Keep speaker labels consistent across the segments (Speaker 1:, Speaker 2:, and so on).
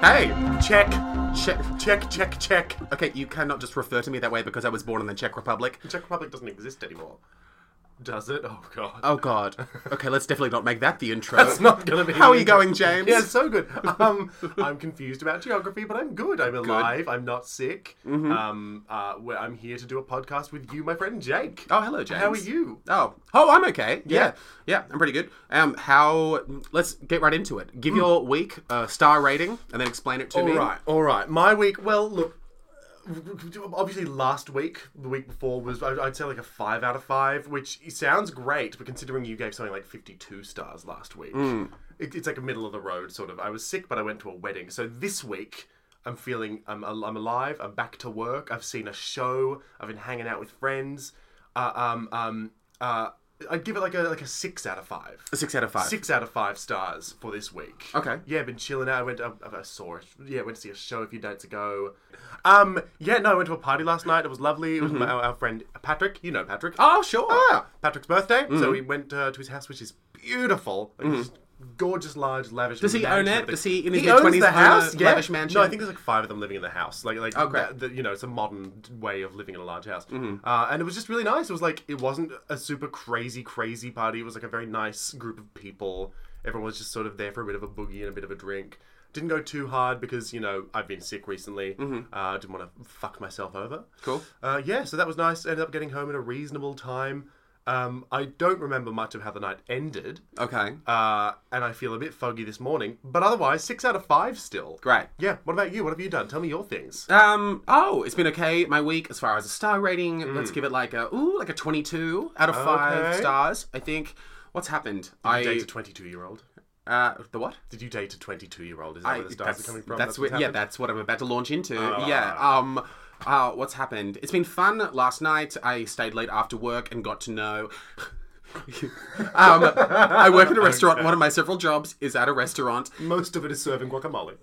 Speaker 1: Hey, check, check, check, check, check. Okay, you cannot just refer to me that way because I was born in the Czech Republic.
Speaker 2: The Czech Republic doesn't exist anymore. Does it? Oh god.
Speaker 1: Oh God. Okay, let's definitely not make that the intro.
Speaker 2: That's not gonna be.
Speaker 1: How are
Speaker 2: an
Speaker 1: you
Speaker 2: intro.
Speaker 1: going, James?
Speaker 2: Yeah, so good. Um, I'm confused about geography, but I'm good. I'm alive. I'm not sick.
Speaker 1: Mm-hmm.
Speaker 2: Um, uh, where I'm here to do a podcast with you, my friend Jake.
Speaker 1: Oh, hello, James.
Speaker 2: How are you?
Speaker 1: Oh, oh, I'm okay. Yeah, yeah, I'm pretty good. Um, how? Let's get right into it. Give your week a star rating and then explain it to
Speaker 2: Mm. All
Speaker 1: me.
Speaker 2: right, all right. My week, well, look, obviously last week, the week before was, I- I'd say like a five out of five, which sounds great, but considering you gave something like 52 stars last week, it, it's like a middle of the road sort of. I was sick, but I went to a wedding. So this week, I'm feeling, I'm, al- I'm alive, I'm back to work, I've seen a show, I've been hanging out with friends. Uh, um, um, uh, I'd give it like a like a six out of five.
Speaker 1: A six out of five.
Speaker 2: Six out of five stars for this week.
Speaker 1: Okay.
Speaker 2: Yeah, been chilling out. I went. I, I saw it. Yeah, went to see a show a few nights ago. Um. Yeah. No, I went to a party last night. It was lovely. It was my, our, our friend Patrick. You know Patrick.
Speaker 1: Mm-hmm. Oh, Mm-hmm. sure.
Speaker 2: Ah, Patrick's birthday. So we went uh, to his house, which is beautiful. Like, this Gorgeous, large, lavish.
Speaker 1: Mm-hmm. Does he own
Speaker 2: mansion
Speaker 1: it?
Speaker 2: with a-
Speaker 1: Does he in his
Speaker 2: he owns
Speaker 1: mid-twenties
Speaker 2: the
Speaker 1: own a
Speaker 2: house? yeah.
Speaker 1: lavish mansion?
Speaker 2: No, I think there's like five of them living in the house. Like, like,
Speaker 1: Oh, great.
Speaker 2: that- that, you know, it's a modern way of living in a large house.
Speaker 1: Mm-hmm.
Speaker 2: Uh, and it was just really nice. It was like it wasn't a super crazy, crazy party. It was like a very nice group of people. Everyone was just sort of there for a bit of a boogie and a bit of a drink. Didn't go too hard because you know I've been sick recently. Uh, didn't want to fuck myself over.
Speaker 1: Mm-hmm. Cool.
Speaker 2: Uh, yeah, so that was nice. Ended up getting home at a reasonable time. Um, I don't remember much of how the night ended,
Speaker 1: Okay.
Speaker 2: uh, and I feel a bit foggy this morning. But otherwise, six out of five still.
Speaker 1: Great.
Speaker 2: Yeah. What about you? What have you done? Tell me your things.
Speaker 1: Um. Oh, it's been okay. My week, as far as a star rating, let's give it like a ooh, like a twenty-two out of five
Speaker 2: Hmm. Okay.
Speaker 1: stars. I think. What's happened?
Speaker 2: Did you date
Speaker 1: I
Speaker 2: a twenty-two-year-old?
Speaker 1: uh, the what?
Speaker 2: Did you date a twenty-two-year-old? Is that
Speaker 1: I,
Speaker 2: where the stars
Speaker 1: that's
Speaker 2: are coming from?
Speaker 1: that's
Speaker 2: what's
Speaker 1: what- yeah,
Speaker 2: happened?
Speaker 1: that's what I'm about to launch into.
Speaker 2: Oh.
Speaker 1: yeah. Um. Uh, what's happened? It's been fun. Last night, I stayed late after work and got to know. um, I work in a restaurant. One of my several jobs is at a restaurant.
Speaker 2: Most of it is serving guacamole.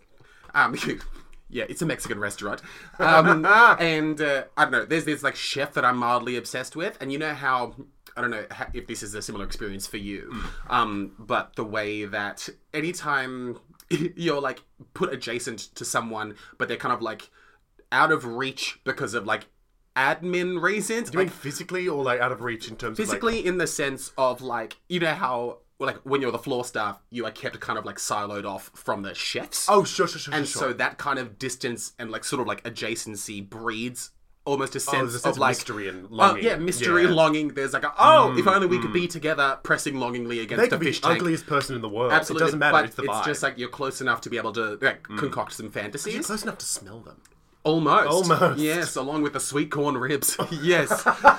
Speaker 1: Um, yeah, it's a Mexican restaurant. Um, and uh, I don't know. There's this like chef that I'm mildly obsessed with, and you know how I don't know ha- if this is a similar experience for you,
Speaker 2: Mm.
Speaker 1: um, but the way that anytime you're like put adjacent to someone, but they're kind of like out of reach because of like admin reasons,
Speaker 2: Do you mean physically or like out of reach in terms of
Speaker 1: Basically, in the sense of like you know how like when you're the floor staff, you are kept kind of like siloed off from the chefs.
Speaker 2: like? Oh, sure, sure, sure,
Speaker 1: And
Speaker 2: sure.
Speaker 1: so
Speaker 2: sure.
Speaker 1: that kind of distance and like sort of like adjacency breeds almost a sense,
Speaker 2: Oh, there's a sense
Speaker 1: of
Speaker 2: of
Speaker 1: like
Speaker 2: mystery and
Speaker 1: Oh,
Speaker 2: longing.
Speaker 1: yeah, mystery,
Speaker 2: Yeah. Mm,
Speaker 1: longing. There's like a, oh, if only we could be together, pressing longingly
Speaker 2: they
Speaker 1: against a
Speaker 2: could be
Speaker 1: fish
Speaker 2: the
Speaker 1: tank.
Speaker 2: ugliest person in the world.
Speaker 1: Absolutely,
Speaker 2: It doesn't matter.
Speaker 1: But
Speaker 2: it's the vibe. Mm.
Speaker 1: just like you're close enough to be able to like, concoct some
Speaker 2: you're
Speaker 1: fantasies.
Speaker 2: close enough to smell them.
Speaker 1: Almost,
Speaker 2: Almost.
Speaker 1: Yes, along with the sweet corn ribs. yes,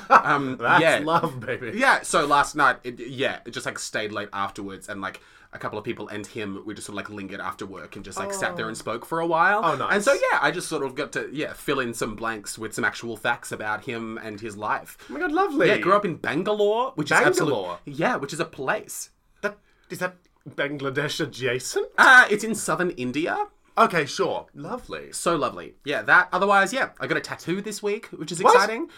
Speaker 1: um,
Speaker 2: That's
Speaker 1: yeah,
Speaker 2: love, baby.
Speaker 1: yeah, so last night, it, yeah, it just like stayed late afterwards, and like a couple of people and him, we just sort of like lingered after work and just like sat there and spoke for a while.
Speaker 2: Oh, nice.
Speaker 1: And so yeah, I just sort of got to yeah fill in some blanks with some actual facts about him and his life.
Speaker 2: Oh my god, lovely.
Speaker 1: Yeah, grew up in Bangalore, which
Speaker 2: Bangalore?
Speaker 1: is absolute, yeah, which is a place.
Speaker 2: That is that Bangladesh adjacent?
Speaker 1: Uh, it's in southern India.
Speaker 2: Okay, sure. Lovely.
Speaker 1: So lovely. Yeah, that. Otherwise, yeah, I got a tattoo this week, which is exciting.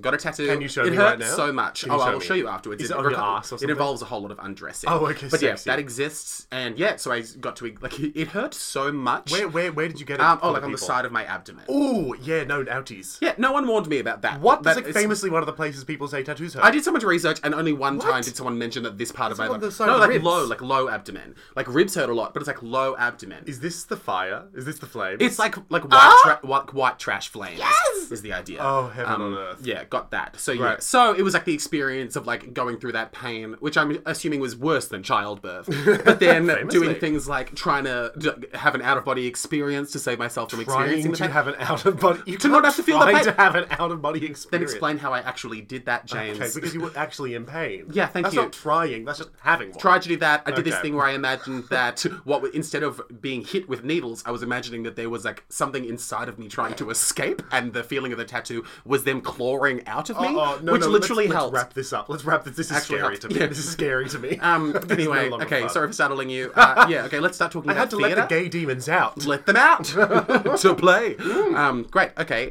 Speaker 1: Got a tattoo.
Speaker 2: Can you show
Speaker 1: it
Speaker 2: me
Speaker 1: hurts
Speaker 2: right now?
Speaker 1: so much.
Speaker 2: Can
Speaker 1: oh,
Speaker 2: you
Speaker 1: I
Speaker 2: show
Speaker 1: will
Speaker 2: me?
Speaker 1: show you afterwards.
Speaker 2: Is it on your
Speaker 1: reco-
Speaker 2: ass or
Speaker 1: it
Speaker 2: something?
Speaker 1: involves a whole lot of undressing.
Speaker 2: Oh, okay,
Speaker 1: But yeah,
Speaker 2: sexy.
Speaker 1: that exists, and yeah, so I got to like it hurts so much.
Speaker 2: Where where where did you get it?
Speaker 1: Um,
Speaker 2: for
Speaker 1: oh, like on the
Speaker 2: people?
Speaker 1: side of my abdomen.
Speaker 2: Ooh, yeah, no outies.
Speaker 1: Yeah, no one warned me about that.
Speaker 2: What?
Speaker 1: But
Speaker 2: That's like
Speaker 1: it's-
Speaker 2: famously one of the places people say tattoos hurt.
Speaker 1: I did so much research, and only one time did someone mention that this part of my
Speaker 2: on the
Speaker 1: abdomen.
Speaker 2: side
Speaker 1: No,
Speaker 2: of
Speaker 1: like
Speaker 2: ribs.
Speaker 1: low, like low abdomen. Like ribs hurt a lot, but it's like low abdomen.
Speaker 2: Is this the fire? Is this the flame?
Speaker 1: It's like like white
Speaker 2: Ah!
Speaker 1: tra- white, white trash flames.
Speaker 2: Yes!
Speaker 1: is the idea. Um,
Speaker 2: Oh, heaven on earth.
Speaker 1: Yeah, got that. So yeah,
Speaker 2: Right.
Speaker 1: so it was like the experience of like going through that pain, which I'm assuming was worse than childbirth. But then doing
Speaker 2: Famously.
Speaker 1: things like trying to d- have an out of body experience to save myself from experiencing
Speaker 2: trying
Speaker 1: the
Speaker 2: to
Speaker 1: pain.
Speaker 2: have an out of body. You
Speaker 1: not
Speaker 2: cannot
Speaker 1: have to feel the
Speaker 2: try
Speaker 1: pain.
Speaker 2: to have an out of body experience.
Speaker 1: Then explain how I actually did that, James.
Speaker 2: Okay, because you were actually in pain.
Speaker 1: Yeah, thank
Speaker 2: that's
Speaker 1: you.
Speaker 2: That's not trying. That's just having one.
Speaker 1: tried to do that. I did this
Speaker 2: Okay.
Speaker 1: thing where I imagined that what instead of being hit with needles, I was imagining that there was like something inside of me trying to escape, and the feeling of the tattoo was them clawing out of me,
Speaker 2: Oh, no,
Speaker 1: which
Speaker 2: no,
Speaker 1: literally
Speaker 2: let's,
Speaker 1: helped.
Speaker 2: Let's wrap this up. Let's wrap this. This is
Speaker 1: Actually
Speaker 2: scary
Speaker 1: helped.
Speaker 2: to me.
Speaker 1: Yeah.
Speaker 2: This is scary to me.
Speaker 1: um.
Speaker 2: This is
Speaker 1: Anyway,
Speaker 2: no longer
Speaker 1: okay.
Speaker 2: fun.
Speaker 1: Sorry for startling you. Uh, yeah. Okay. Let's start talking
Speaker 2: I
Speaker 1: about
Speaker 2: had to
Speaker 1: theater.
Speaker 2: let the gay demons out.
Speaker 1: Let them out to play. Um. Great. Okay.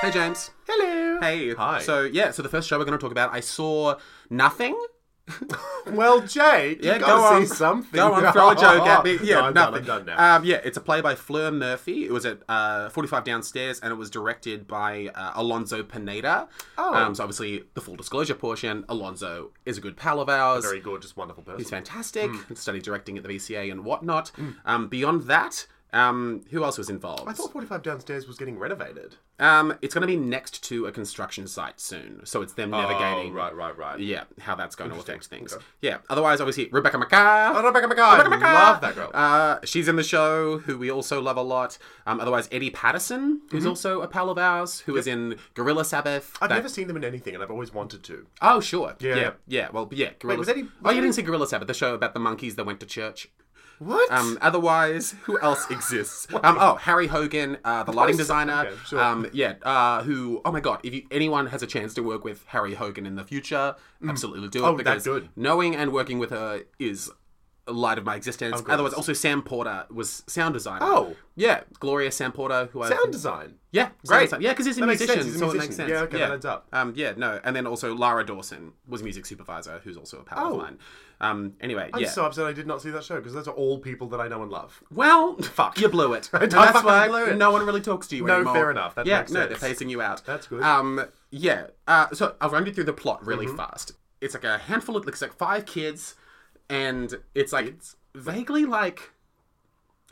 Speaker 1: Hey, James.
Speaker 2: Hello.
Speaker 1: Hey.
Speaker 2: Hi.
Speaker 1: So yeah, so the first show we're going to talk about, I saw nothing.
Speaker 2: well, Jake,
Speaker 1: Yeah,
Speaker 2: you
Speaker 1: go
Speaker 2: gotta
Speaker 1: on.
Speaker 2: see something.
Speaker 1: Go on, throw a joke at me. Yeah,
Speaker 2: No, I'm done,
Speaker 1: nothing.
Speaker 2: I'm done now.
Speaker 1: Um, yeah, it's a play by Fleur Murphy. It was at uh, 45 Downstairs, and it was directed by uh, Alonzo Pineda.
Speaker 2: Oh.
Speaker 1: Um, so obviously, the full disclosure portion. Alonzo is a good pal of ours.
Speaker 2: Very Hmm. gorgeous, wonderful person.
Speaker 1: He's fantastic. Studied directing at the VCA and whatnot. Um, beyond that, um, who else was involved?
Speaker 2: Hmm. I thought 45 downstairs was getting renovated.
Speaker 1: Um, it's going to be next to a construction site soon, so it's them navigating.
Speaker 2: Oh, right, right, right.
Speaker 1: Yeah, how that's going to affect things. Yeah. Otherwise, obviously, Rebecca McCart.
Speaker 2: Oh, Rebecca McCart.
Speaker 1: Rebecca McCart.
Speaker 2: Love that girl.
Speaker 1: Uh, she's in the show, who we also love a lot. Um, otherwise, Eddie Patterson, who's also a pal of ours, who is in Gorilla Sabbath.
Speaker 2: Mm-hmm. I've
Speaker 1: That-
Speaker 2: never seen them in anything, and I've always wanted to.
Speaker 1: Oh, sure.
Speaker 2: Yeah.
Speaker 1: Yeah. yeah. Well, yeah. Gorilla...
Speaker 2: was
Speaker 1: Oh,
Speaker 2: Eddie- was
Speaker 1: you
Speaker 2: Eddie-
Speaker 1: didn't see Gorilla Sabbath, the show about the monkeys that went to church.
Speaker 2: What?
Speaker 1: Um, otherwise, who else exists? um, oh, Harry Hogan, uh, the lighting designer.
Speaker 2: okay, sure.
Speaker 1: Um, yeah, uh, who? Oh my God! If you, anyone has a chance to work with Harry Hogan in the future, absolutely do it.
Speaker 2: Oh, that
Speaker 1: because
Speaker 2: good.
Speaker 1: Knowing and working with her is a light of my existence.
Speaker 2: course.
Speaker 1: otherwise, also Sam Porter was sound designer.
Speaker 2: Oh.
Speaker 1: yeah, Gloria Sam Porter, who I
Speaker 2: Sound design.
Speaker 1: yeah, sound
Speaker 2: Great.
Speaker 1: design- Yeah, because he's a
Speaker 2: That makes
Speaker 1: musician,
Speaker 2: sense, he's a
Speaker 1: so it
Speaker 2: musician.
Speaker 1: makes sense.
Speaker 2: Yeah, okay, that adds up.
Speaker 1: Um, yeah, no, and then also Lara Dawson was music supervisor, who's also a pal
Speaker 2: Oh.
Speaker 1: of mine. Um, anyway,
Speaker 2: I'm
Speaker 1: yeah.
Speaker 2: so upset I did not see that show because those are all people that I know and love.
Speaker 1: Well, fuck, you blew it. And that's
Speaker 2: fucking
Speaker 1: why
Speaker 2: blew it.
Speaker 1: no one really talks to you
Speaker 2: No,
Speaker 1: anymore.
Speaker 2: fair enough. That
Speaker 1: yeah,
Speaker 2: makes
Speaker 1: no,
Speaker 2: sense.
Speaker 1: they're phasing you out.
Speaker 2: That's good. Mm-hmm.
Speaker 1: Um, yeah. Uh, so I'll run you through the plot really fast. It's like a handful of it's like five kids, and it's like vaguely like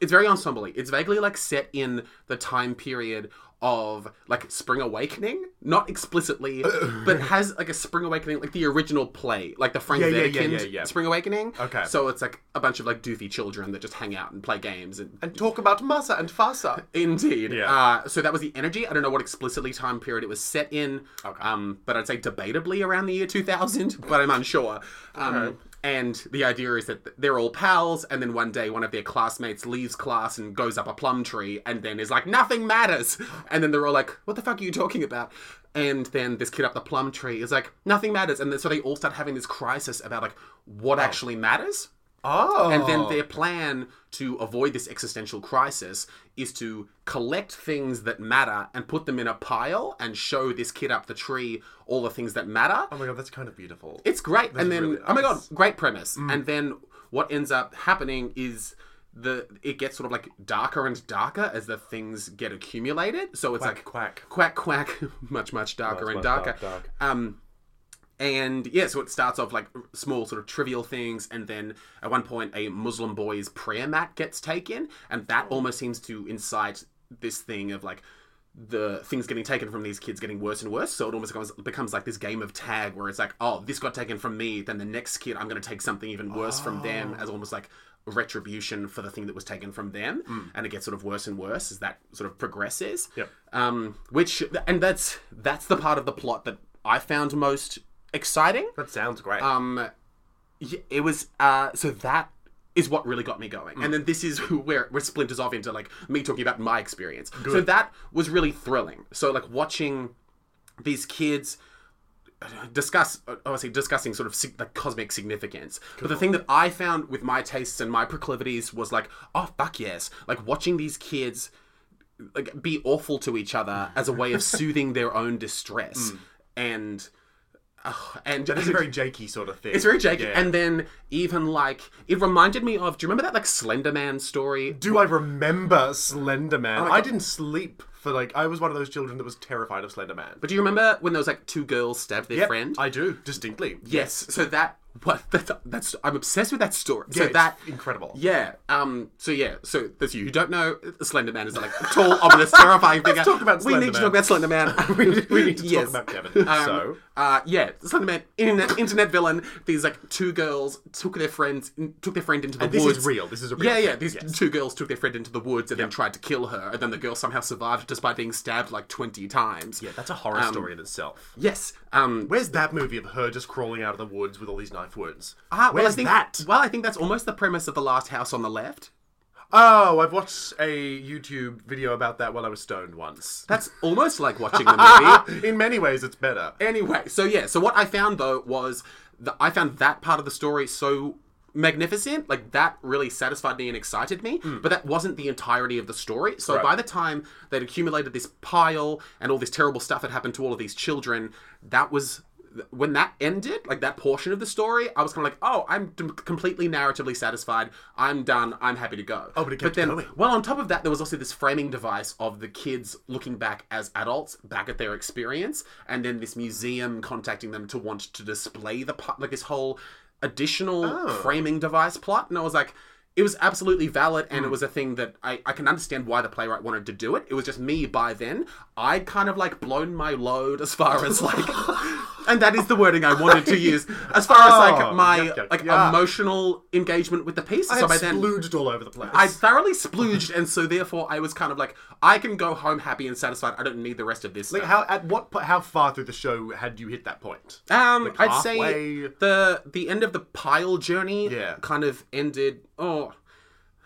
Speaker 1: it's very ensemble It's vaguely like set in the time period of like Spring Awakening, not explicitly, but has like a Spring Awakening, like the original play, like the Frank
Speaker 2: Yeah, yeah, yeah,
Speaker 1: Dedekind
Speaker 2: yeah, yeah.
Speaker 1: Spring Awakening.
Speaker 2: Okay.
Speaker 1: So it's like a bunch of like doofy children that just hang out and play games and.
Speaker 2: And talk about Masa and Fasa.
Speaker 1: Indeed.
Speaker 2: Yeah.
Speaker 1: Uh, so that was the energy. I don't know what explicitly time period it was set in, um, but I'd say debatably around the year 2000, but I'm unsure. Um, And the idea is that they're all pals, and then one day one of their classmates leaves class and goes up a plum tree, and then is like, nothing matters. And then they're all like, what the fuck are you talking about? And then this kid up the plum tree is like, nothing matters. And then, so they all start having this crisis about like, what actually matters?
Speaker 2: Oh.
Speaker 1: And then their plan to avoid this existential crisis is to collect things that matter and put them in a pile and show this kid up the tree all the things that matter.
Speaker 2: Oh my god, that's kind of beautiful.
Speaker 1: It's great. and then,
Speaker 2: really
Speaker 1: oh my god,
Speaker 2: nice. Mm.
Speaker 1: great premise. And then what ends up happening is the it gets sort of like darker and darker as the things get accumulated. So it's like
Speaker 2: quack.
Speaker 1: quack quack much much darker and
Speaker 2: much
Speaker 1: darker
Speaker 2: dark, dark.
Speaker 1: um and yeah so it starts off like r- small sort of trivial things and then at one point a muslim boy's prayer mat gets taken and that
Speaker 2: Oh.
Speaker 1: almost seems to incite this thing of like the things getting taken from these kids getting worse and worse so it almost becomes, becomes like this game of tag where it's like oh this got taken from me then the next kid i'm going to take something even worse from them as almost like retribution for the thing that was taken from them and it gets sort of worse and worse as that sort of progresses
Speaker 2: Yep.
Speaker 1: um, which and that's that's the part of the plot that I found most exciting.
Speaker 2: That sounds great.
Speaker 1: Um, y- it was uh, so that is what really got me going, and then this is where where it splinters off into like me talking about my experience. So that was really thrilling. So like watching these kids uh, discuss obviously discussing sort of sig- like cosmic significance but the thing that i found with my tastes and my proclivities was like oh fuck yes like watching these kids like be awful to each other as a way of soothing their own distress and oh, and
Speaker 2: Hmm. That is a very Jakey sort of thing.
Speaker 1: it's very janky.
Speaker 2: Yeah.
Speaker 1: And then even like it reminded me of. Do you remember that like Slender Man story?
Speaker 2: do I remember Slender Man?
Speaker 1: Oh my
Speaker 2: I
Speaker 1: God.
Speaker 2: didn't sleep for like I was one of those children that was terrified of Slender Man.
Speaker 1: But do you remember when those like two girls stabbed their
Speaker 2: Yep,
Speaker 1: friend?
Speaker 2: I do distinctly.
Speaker 1: yes. So that what that's, that's I'm obsessed with that story.
Speaker 2: Yeah,
Speaker 1: so
Speaker 2: it's
Speaker 1: that
Speaker 2: incredible.
Speaker 1: yeah. Um. So yeah. So those of you who don't know, Slender Man is like a tall, ominous, terrifying figure.
Speaker 2: talk about
Speaker 1: we need to
Speaker 2: Slender
Speaker 1: talk
Speaker 2: Man.
Speaker 1: about Slender Man. we need, we need to
Speaker 2: Talk about Kevin.
Speaker 1: Um,
Speaker 2: so
Speaker 1: uh, yeah, Slender Man, internet, internet villain. These like two girls took their friends, took their friend into the
Speaker 2: this
Speaker 1: woods.
Speaker 2: is real. This is a real
Speaker 1: Yeah, yeah.
Speaker 2: thing,
Speaker 1: These two girls took their friend into the woods and then tried to kill her, and then the girl somehow survived despite being stabbed like twenty times.
Speaker 2: yeah, that's a horror
Speaker 1: um,
Speaker 2: story in itself.
Speaker 1: Yes. Um.
Speaker 2: Where's that movie of her just crawling out of the woods with all these knife wounds?
Speaker 1: ah, well, I
Speaker 2: Where's
Speaker 1: think,
Speaker 2: that?
Speaker 1: Well, I think that's almost the premise of the Last House on the Left.
Speaker 2: Oh, I've watched a YouTube video about that while I was stoned once.
Speaker 1: That's almost like watching the movie.
Speaker 2: in many ways, it's better.
Speaker 1: Anyway, so yeah, so what I found though was that I found that part of the story so magnificent, like that really satisfied me and excited me.
Speaker 2: Hmm.
Speaker 1: But that wasn't the entirety of the story. So by the time they'd accumulated this pile and all this terrible stuff had happened to all of these children, that was th- when that ended, like that portion of the story, I was kind of like, oh, I'm d- completely narratively satisfied. I'm done. I'm happy to go.
Speaker 2: Oh, but it kept
Speaker 1: then,
Speaker 2: going.
Speaker 1: well, on top of that, there was also this framing device of the kids looking back as adults, back at their experience, and then this museum contacting them to want to display the pu- like this whole additional
Speaker 2: Oh.
Speaker 1: framing device plot. And I was like, it was absolutely valid,
Speaker 2: Hmm.
Speaker 1: and it was a thing that I, I can understand why the playwright wanted to do it. It was just me by then. I'd kind of like blown my load as far as like, and that is the wording I wanted to use as far as
Speaker 2: Oh,
Speaker 1: like my
Speaker 2: yuck, yuck,
Speaker 1: like
Speaker 2: yuck.
Speaker 1: emotional engagement with the piece.
Speaker 2: I
Speaker 1: so
Speaker 2: had
Speaker 1: by then,
Speaker 2: splooged all over the place.
Speaker 1: I thoroughly splooged, and so therefore I was kind of like, I can go home happy and satisfied. I don't need the rest of this.
Speaker 2: Like
Speaker 1: stuff.
Speaker 2: how at what po- how far through the show had you hit that point?
Speaker 1: Um,
Speaker 2: Like
Speaker 1: I'd say
Speaker 2: halfway?
Speaker 1: the the end of the pile journey
Speaker 2: Yeah.
Speaker 1: kind of ended. Oh.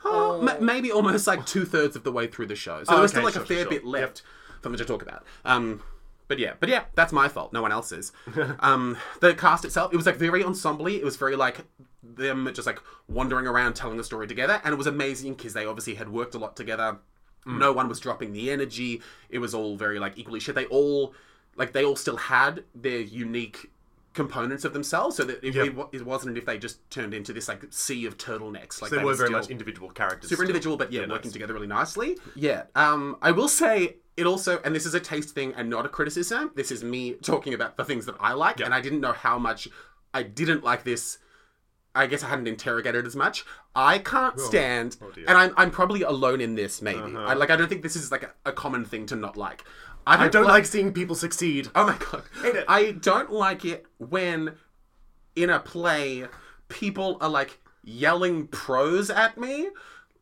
Speaker 1: oh, ma- maybe almost like two thirds of the way through the show, so
Speaker 2: Oh,
Speaker 1: there was
Speaker 2: okay,
Speaker 1: still like
Speaker 2: sure,
Speaker 1: a
Speaker 2: sure,
Speaker 1: fair
Speaker 2: sure.
Speaker 1: bit left for me to talk about. Um, but yeah, but yeah, that's my fault. No one else's. um, the cast itself, it was like very ensemble. It was very like them just like wandering around telling the story together, and it was amazing because they obviously had worked a lot together.
Speaker 2: Mm.
Speaker 1: No one was dropping the energy. It was all very like equally shit. They all like they all still had their unique components of themselves so that if
Speaker 2: Yep.
Speaker 1: it, wa- it wasn't if they just turned into this like sea of turtlenecks like
Speaker 2: They were
Speaker 1: would
Speaker 2: very
Speaker 1: still-
Speaker 2: much individual characters.
Speaker 1: super
Speaker 2: still.
Speaker 1: individual, but yeah,
Speaker 2: Yeah,
Speaker 1: working
Speaker 2: nice.
Speaker 1: together really nicely. Yeah. Um, I will say it also, and this is a taste thing and not a criticism. This is me talking about the things that I like, and I didn't know how much I didn't like this. I guess I hadn't interrogated as much. I can't stand,
Speaker 2: dear.
Speaker 1: and I'm, I'm probably alone in this. Maybe I, like I don't think this is like a, a common thing to not like. Uh-huh. I don't,
Speaker 2: I don't like seeing people succeed. Um,
Speaker 1: Oh my god.
Speaker 2: it.
Speaker 1: I don't like it when in a play people are like yelling prose at me.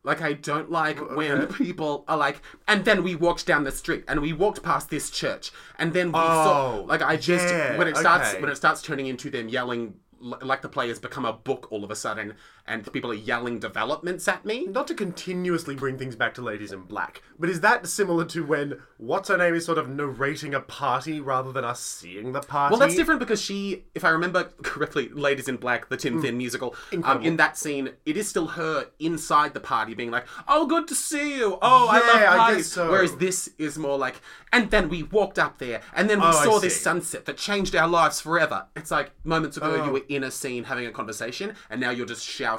Speaker 1: Like I don't like when people are like and then we walked down the street and we walked past this church and then we saw
Speaker 2: Oh,
Speaker 1: like I just
Speaker 2: yeah,
Speaker 1: when it starts
Speaker 2: okay.
Speaker 1: when it starts turning into them yelling l- like the play has become a book all of a sudden and people are yelling developments at me.
Speaker 2: Not to continuously bring things back to Ladies in Black, but is that similar to when what's her name is sort of narrating a party rather than us seeing the party?
Speaker 1: Well, that's different because she, if I remember correctly, Ladies in Black, the
Speaker 2: Mm.
Speaker 1: Tim Thin musical, um, in that scene, it is still her inside the party being like, oh, good to see you. Oh, I
Speaker 2: Yeah, I
Speaker 1: love
Speaker 2: guess
Speaker 1: parties.
Speaker 2: so.
Speaker 1: Whereas this is more like, and then we walked up there, and then we
Speaker 2: Oh, I
Speaker 1: saw this
Speaker 2: see.
Speaker 1: sunset that changed our lives forever. It's like moments ago
Speaker 2: Oh.
Speaker 1: you were in a scene having a conversation, and now you're just shouting.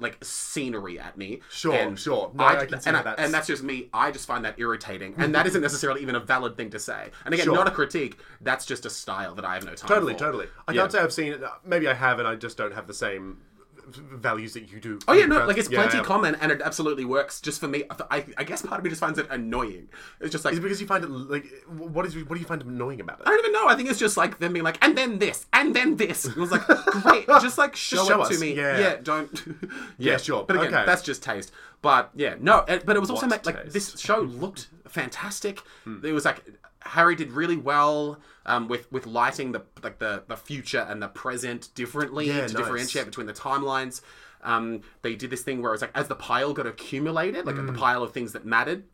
Speaker 1: Like scenery at me.
Speaker 2: Sure,
Speaker 1: And
Speaker 2: sure. No, I can see
Speaker 1: and
Speaker 2: how that's-
Speaker 1: and that's just me. I just find that irritating, and that isn't necessarily even a valid thing to say. And again,
Speaker 2: Mm-hmm. Sure.
Speaker 1: not a critique. That's just a style that I have no time
Speaker 2: Totally,
Speaker 1: for.
Speaker 2: totally. I
Speaker 1: Yeah.
Speaker 2: can't say I've seen it. Maybe I have, and I just don't have the same values that you do.
Speaker 1: Oh yeah, no, like it's
Speaker 2: Yeah,
Speaker 1: plenty
Speaker 2: yeah.
Speaker 1: common, and it absolutely works. Just for me, I, I guess part of me just finds it annoying. It's just like
Speaker 2: Is it because you find it like what is what do you find annoying about it?
Speaker 1: I don't even know. I think it's just like them being like, and then this, and then this. And I was like, great, just like show,
Speaker 2: show
Speaker 1: it
Speaker 2: us.
Speaker 1: to me.
Speaker 2: Yeah.
Speaker 1: don't.
Speaker 2: Yeah, sure.
Speaker 1: But again,
Speaker 2: Okay.
Speaker 1: that's just taste. But yeah, no. and- But it was also
Speaker 2: What Hmm.
Speaker 1: ma- like this show looked fantastic. It was like Harry did really well um, with with lighting the like the the future and the present differently
Speaker 2: Yeah,
Speaker 1: to
Speaker 2: nice.
Speaker 1: differentiate between the timelines. Um, they did this thing where it's like as the pile got accumulated,
Speaker 2: Hmm.
Speaker 1: like the pile of things that mattered.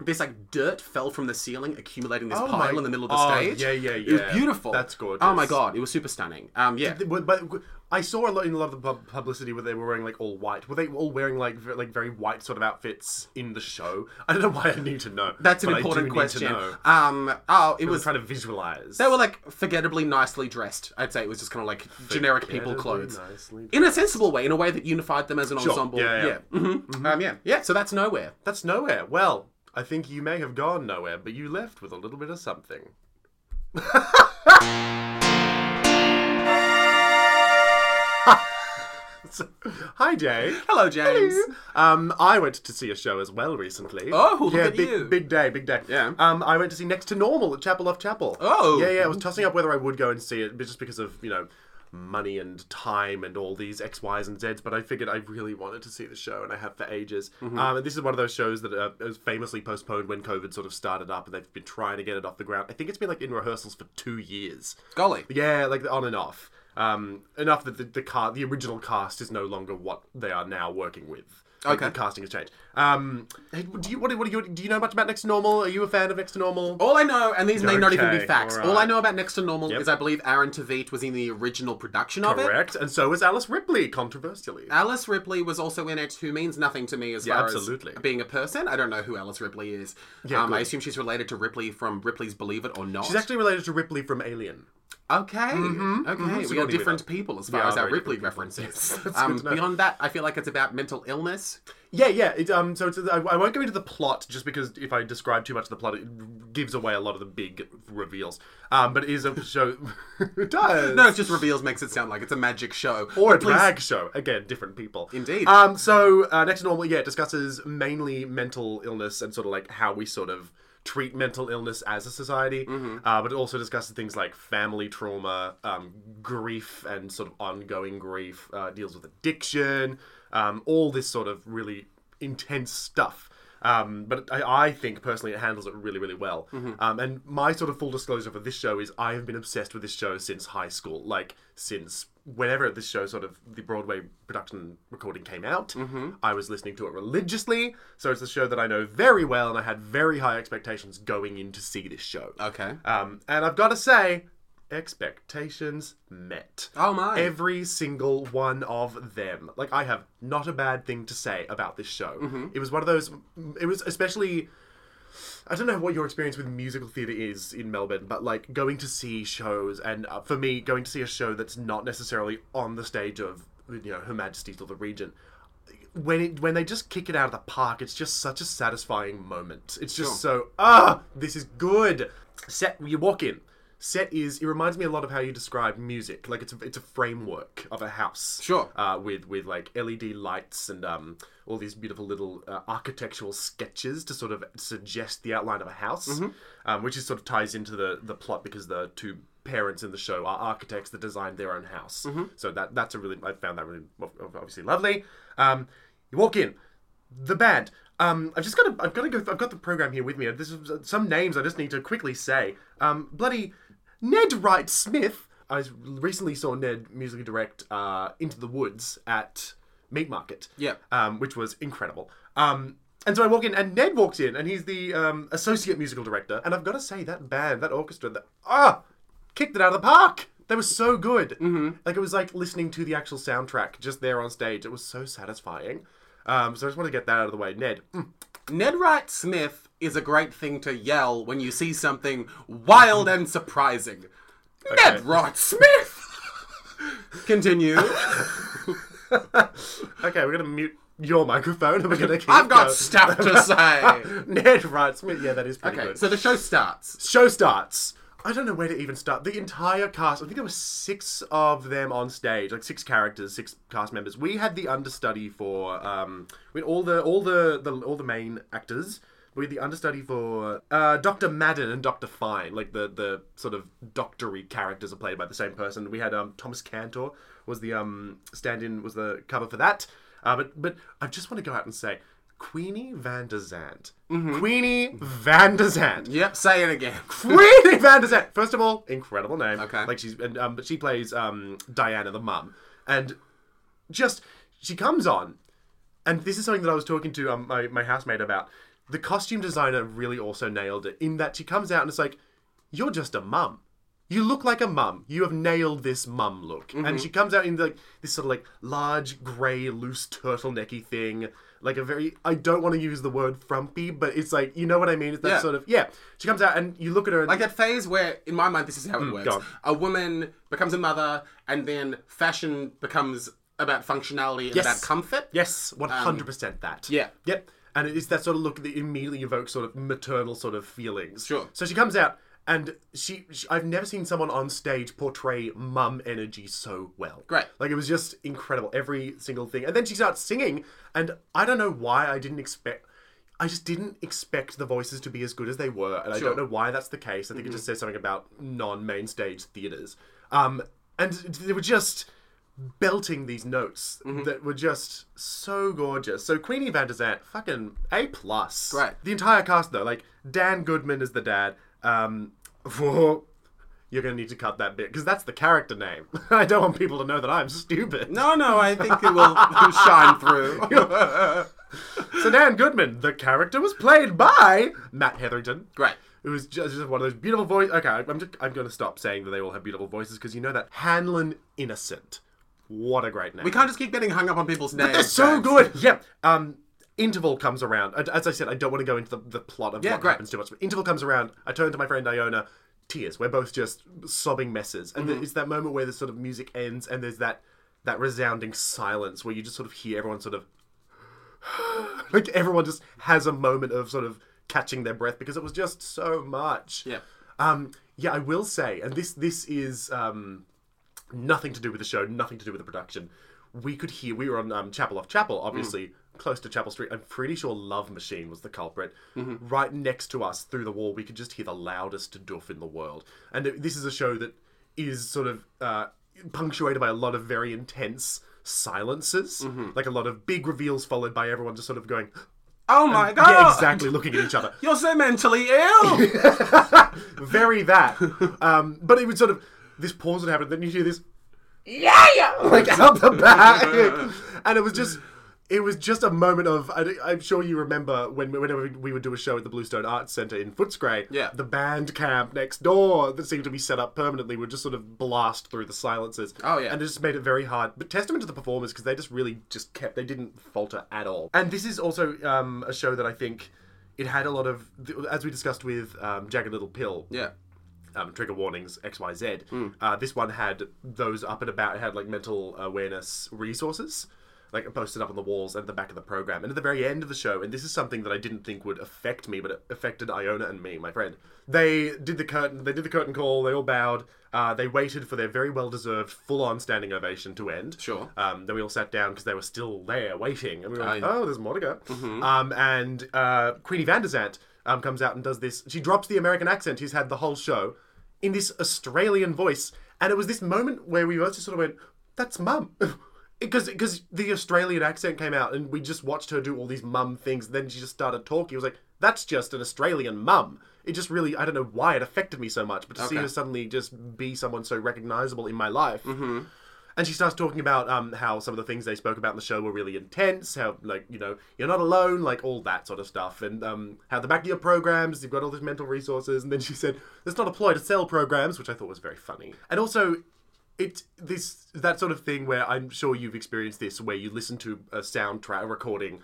Speaker 1: This like dirt fell from the ceiling, accumulating this
Speaker 2: Oh
Speaker 1: pile
Speaker 2: my-
Speaker 1: in the middle of the
Speaker 2: oh,
Speaker 1: stage.
Speaker 2: yeah, yeah,
Speaker 1: It was
Speaker 2: yeah.
Speaker 1: beautiful.
Speaker 2: That's gorgeous.
Speaker 1: Oh my god, it was super stunning. Um, yeah.
Speaker 2: But, but I saw a lot in a lot of the pub- publicity where they were wearing like all white. Were they all wearing like ve- like very white sort of outfits in the show? I don't know why I need to know.
Speaker 1: That's an
Speaker 2: but I do
Speaker 1: important
Speaker 2: need to
Speaker 1: question.
Speaker 2: know.
Speaker 1: Um, oh, it
Speaker 2: I'm
Speaker 1: was.
Speaker 2: trying to visualize.
Speaker 1: They were like forgettably nicely dressed. I'd say it was just kind of like generic people clothes,
Speaker 2: nicely
Speaker 1: in a sensible way, in a way that unified them as an ensemble.
Speaker 2: Yeah, Mm-hmm. yeah.
Speaker 1: Mhm. Um, yeah, yeah. So that's nowhere.
Speaker 2: That's nowhere. Well, I think you may have gone nowhere, but you left with a little bit of something. So- hi, Jay.
Speaker 1: Hello, James.
Speaker 2: Um, I went to see a show as well recently.
Speaker 1: Oh, look
Speaker 2: yeah,
Speaker 1: at
Speaker 2: big,
Speaker 1: you.
Speaker 2: big day, big day.
Speaker 1: Yeah.
Speaker 2: Um, I went to see Next to Normal at Chapel of Chapel.
Speaker 1: Oh.
Speaker 2: yeah, yeah. I was tossing up whether I would go and see it, but just because of you know money and time and all these X, Y's, and Z's. But I figured I really wanted to see the show, and I have for ages.
Speaker 1: Mm-hmm.
Speaker 2: Um, and this is one of those shows that uh, was famously postponed when COVID sort of started up, and they've been trying to get it off the ground. I think it's been like in rehearsals for two years.
Speaker 1: Golly.
Speaker 2: Yeah, like on and off. Um, enough that the the, car, the original cast is no longer what they are now working with. Like,
Speaker 1: Okay.
Speaker 2: the casting has changed. Um, hey, do you what, do- what do you do you know much about Next to Normal? Are you a fan of Next to Normal?
Speaker 1: All I know, and these may not even be
Speaker 2: Okay,
Speaker 1: facts.
Speaker 2: all right.
Speaker 1: All I know about Next to Normal is I believe Aaron Tveit was in the original production of it.
Speaker 2: Correct. And so is Alice Ripley, controversially.
Speaker 1: Alice Ripley was also in it, who means nothing to me as
Speaker 2: Yeah,
Speaker 1: far
Speaker 2: absolutely.
Speaker 1: as being a person. I don't know who Alice Ripley is.
Speaker 2: Yeah,
Speaker 1: um, I
Speaker 2: good.
Speaker 1: assume she's Mm-hmm, related to Ripley from Ripley's Believe It or Not.
Speaker 2: She's actually related to Ripley from Alien.
Speaker 1: Okay, okay,
Speaker 2: So
Speaker 1: we
Speaker 2: you're
Speaker 1: are
Speaker 2: dealing with
Speaker 1: different
Speaker 2: it.
Speaker 1: people as
Speaker 2: We
Speaker 1: far
Speaker 2: are
Speaker 1: as our
Speaker 2: very
Speaker 1: Ripley
Speaker 2: different people.
Speaker 1: references.
Speaker 2: Yes, that's
Speaker 1: um,
Speaker 2: good to know.
Speaker 1: Beyond that, I feel like it's about mental illness.
Speaker 2: Yeah, yeah. It, um, so it's, I, I won't go into the plot just because if I describe too much of the plot, it gives away a lot of the big reveals. Um, but it is a show. it does.
Speaker 1: No, it just reveals makes it sound like it's a magic show
Speaker 2: or a
Speaker 1: But please-
Speaker 2: drag show. Again, different people.
Speaker 1: Indeed.
Speaker 2: Um, so uh, next to normal, yeah, discusses mainly mental illness and sort of like how we sort of treat mental illness as a society,
Speaker 1: Mm-hmm.
Speaker 2: uh, but it also discusses things like family trauma, um, grief, and sort of ongoing grief. Uh, deals with addiction, um, all this sort of really intense stuff. Um, but I, I think personally it handles it really, really well. Um, and my sort of full disclosure for this show is I have been obsessed with this show since high school, like since whenever this show sort of the Broadway production recording came out. I was listening to it religiously, so it's a show that I know very well, and I had very high expectations going in to see this show.
Speaker 1: Okay.
Speaker 2: Um, and I've got to say, expectations met.
Speaker 1: Oh my.
Speaker 2: Every single one of them. Like, I have not a bad thing to say about this show. It was one of those. It was especially. I don't know what your experience with musical theatre is in Melbourne, but like going to see shows, and uh, for me, going to see a show that's not necessarily on the stage of you know Her Majesty's or the Regent, when it when they just kick it out of the park, it's just such a satisfying moment. It's just so ah, this is good. Set you walk in. Set is it reminds me a lot of how you describe music. Like it's a, it's a framework of a house.
Speaker 1: Sure.
Speaker 2: Uh, with with like LED lights and um all these beautiful little uh, architectural sketches to sort of suggest the outline of a house, um, which is sort of ties into the the plot because the two parents in the show are architects that designed their own house. So that that's a really I found that really ob- ob- obviously lovely. Um, you walk in, the band. Um, I've just got to I've got to go. I've got the program here with me. This is uh, some names I just need to quickly say. Um, bloody Ned Wright Smith. I s- recently saw Ned musically direct uh, Into the Woods at Meat Market.
Speaker 1: Yep.
Speaker 2: Um, which was incredible. Um, and so I walk in, and Ned walks in, and he's the um, associate musical director. And I've got to say, that band, that orchestra, that ah, kicked it out of the park. They were so good. Mm-hmm. Like it was like listening to the actual soundtrack just there on stage. It was so satisfying. Um, so I just want to get that out of the way. Ned, mm,
Speaker 1: Ned Wright Smith is a great thing to yell when you see something wild and surprising. Ned Wright Smith! Continue.
Speaker 2: okay, we're gonna mute your microphone. and We're gonna. Keep
Speaker 1: I've got
Speaker 2: going.
Speaker 1: stuff to say.
Speaker 2: Ned Wright Smith. Yeah, that is pretty
Speaker 1: Okay,
Speaker 2: good.
Speaker 1: so the show starts.
Speaker 2: show starts. I don't know where to even start. The entire cast, I think there were six of them on stage, like six characters, six cast members. We had the understudy for um we had all the all the, the all the main actors. We had the understudy for uh, Dr. Madden and Dr. Fine, like the the sort of doctory characters are played by the same person. We had um Thomas Cantor was the um stand-in was the cover for that. Uh, but but I just want to go out and say Queenie Van Der Zandt. Queenie Van Der Zandt.
Speaker 1: Yep, say it again.
Speaker 2: Queenie Van Der Zandt. First of all, incredible name.
Speaker 1: Okay.
Speaker 2: Like she's and um, but she plays um Diana the mum, and just she comes on, and this is something that I was talking to um my my housemate about. The costume designer really also nailed it in that she comes out and it's like, you're just a mum. You look like a mum. You have nailed this mum look.
Speaker 1: Mm-hmm.
Speaker 2: And she comes out in like this sort of like large grey loose turtlenecky thing, like a very I don't want to use the word frumpy, but it's like you know what I mean. It's that
Speaker 1: Yeah.
Speaker 2: sort of yeah. She comes out and you look at her and
Speaker 1: Like that phase where, in my mind, this is how it works.
Speaker 2: Mm, go on.
Speaker 1: A woman becomes a mother, and then fashion becomes about functionality and
Speaker 2: Yes.
Speaker 1: about comfort.
Speaker 2: Yes, one hundred percent that.
Speaker 1: Um, yeah.
Speaker 2: Yep. And it's that sort of look that immediately evokes sort of maternal sort of feelings.
Speaker 1: Sure.
Speaker 2: So she comes out, and she, she I've never seen someone on stage portray mum energy so well.
Speaker 1: Great.
Speaker 2: Like it was just incredible, every single thing. And then she starts singing, and I don't know why I didn't expect. I just didn't expect the voices to be as good as they were, and I don't know why that's the case. I think it just says something about non-main stage theaters. Um, and they were just belting these notes that were just so gorgeous. So Queenie Van Der Zandt, fucking A plus.
Speaker 1: Great.
Speaker 2: The entire cast though, like Dan Goodman is the dad. Um, for you're gonna need to cut that bit because that's the character name. I don't want people to know that I'm stupid.
Speaker 1: No, no, I think it will shine through.
Speaker 2: So Dan Goodman, the character was played by Matt Hetherington.
Speaker 1: Great.
Speaker 2: It was just, just one of those beautiful voices. Okay, I'm just I'm gonna stop saying that they all have beautiful voices because you know that Hanlon Innocent. What a great name.
Speaker 1: We can't just keep getting hung up on people's names.
Speaker 2: They're so
Speaker 1: James.
Speaker 2: good. Yeah. Um, interval comes around. And As I said, I don't want to go into the, the plot of what
Speaker 1: great.
Speaker 2: happens too much. But interval comes around. I turn to my friend Iona. tears. We're both just sobbing messes.
Speaker 1: Mm-hmm.
Speaker 2: And there- it's that moment where the sort of music ends and there's that that resounding silence where you just sort of hear everyone sort of like everyone just has a moment of sort of catching their breath because it was just so much.
Speaker 1: Yeah.
Speaker 2: Um, yeah, I will say, and this this is um, nothing to do with the show, nothing to do with the production. We could hear we were on um, Chapel off Chapel, obviously close to Chapel Street. I'm pretty sure Love Machine was the culprit. Right next to us, through the wall, we could just hear the loudest doof in the world. And it- this is a show that is sort of uh, punctuated by a lot of very intense silences, like a lot of big reveals followed by everyone just sort of going,
Speaker 1: Oh my god!
Speaker 2: yeah, exactly, looking at each other
Speaker 1: You're so mentally ill.
Speaker 2: very that. Um, but it would sort of this pause would happen, then you hear this yeah, yeah, like out the back, and it was just. It was just a moment of. I, I'm sure you remember when whenever we would do a show at the Bluestone Arts Centre in Footscray.
Speaker 1: Yeah.
Speaker 2: The band camp next door that seemed to be set up permanently would just sort of blast through the silences.
Speaker 1: Oh, yeah.
Speaker 2: And it just made it very hard. But testament to the performers because they just really just kept. They didn't falter at all. And this is also um, a show that I think it had a lot of, as we discussed with um, Jagged Little Pill
Speaker 1: yeah.
Speaker 2: um, trigger warnings X Y Z. Uh, this one had those up and about. It had like mental awareness resources, like posted up on the walls at the back of the program. And at the very end of the show, and this is something that I didn't think would affect me, but it affected Iona and me, my friend. They did the curtain. They did the curtain call. They all bowed. Uh, they waited for their very well deserved full on standing ovation to end.
Speaker 1: Sure.
Speaker 2: Um, then we all sat down because they were still there waiting, and we were like,
Speaker 1: I- Mm-hmm.
Speaker 2: "Oh, there's more to go." Um, and uh, Queenie Van der Zandt um, comes out and does this. She drops the American accent she's had the whole show in this Australian voice, and it was this moment where we both just sort of went, "That's mum." Because, because the Australian accent came out and we just watched her do all these mum things. Then she just started talking. It was like, that's just an Australian mum. It just really, I don't know why it affected me so much, but to see
Speaker 1: Okay.
Speaker 2: her suddenly just be someone so recognizable in my life,
Speaker 1: Mm-hmm.
Speaker 2: and she starts talking about um, how some of the things they spoke about in the show were really intense, how, like, you know, you're not alone, like, all that sort of stuff. And um, how the back of your programs, you've got all these mental resources. And then she said, that's not a ploy to sell programs, which I thought was very funny. And also, it this that sort of thing where I'm sure you've experienced this, where you listen to a soundtrack, a recording,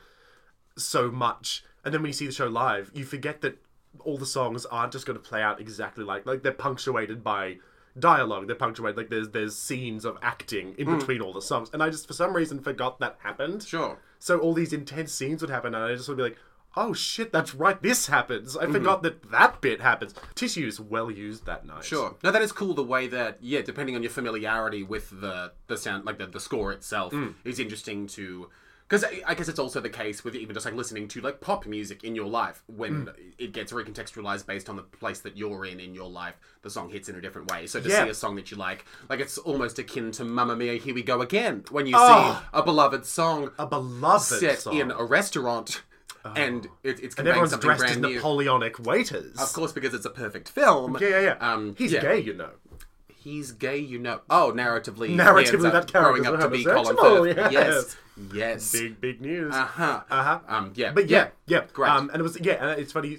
Speaker 2: so much, and then when you see the show live, you forget that all the songs aren't just going to play out exactly like like they're punctuated by dialogue. They're punctuated like there's there's scenes of acting in between all the songs, and I just for some reason forgot that happened.
Speaker 1: Hmm. Sure.
Speaker 2: So all these intense scenes would happen, and I just would be like, "Oh shit, that's right. This happens.
Speaker 1: Hmm.
Speaker 2: I forgot that that bit happens." Tissues well used that night.
Speaker 1: Sure. No, that is cool. The way that yeah, depending on your familiarity with the the sound, like the, the score itself,
Speaker 2: Mm.
Speaker 1: is interesting to. Because I, I guess it's also the case with even just like listening to like pop music in your life when
Speaker 2: Mm.
Speaker 1: it gets recontextualized based on the place that you're in in your life, the song hits in a different way. So to
Speaker 2: Yeah.
Speaker 1: see a song that you like, like it's almost akin to "Mamma Mia, Here We Go Again" when you
Speaker 2: Oh.
Speaker 1: see a beloved song
Speaker 2: A beloved
Speaker 1: set
Speaker 2: song. Oh.
Speaker 1: in a restaurant, and it, it's
Speaker 2: and
Speaker 1: conveying
Speaker 2: everyone's
Speaker 1: something
Speaker 2: dressed as
Speaker 1: brand new.
Speaker 2: Napoleonic waiters.
Speaker 1: Of course, because it's a perfect film.
Speaker 2: Yeah, yeah, yeah.
Speaker 1: Um,
Speaker 2: He's
Speaker 1: yeah.
Speaker 2: gay, you know.
Speaker 1: He's gay, you know. Oh, narratively, he
Speaker 2: Narratively,
Speaker 1: ends up
Speaker 2: that
Speaker 1: growing
Speaker 2: character's
Speaker 1: up to be Colin
Speaker 2: homosexual,
Speaker 1: Firth.
Speaker 2: yes.
Speaker 1: Yes, yes.
Speaker 2: Big, big news.
Speaker 1: Uh huh.
Speaker 2: Uh huh.
Speaker 1: Um, yeah,
Speaker 2: But yeah, yeah,
Speaker 1: Great.
Speaker 2: Um, and it was yeah, and it's funny.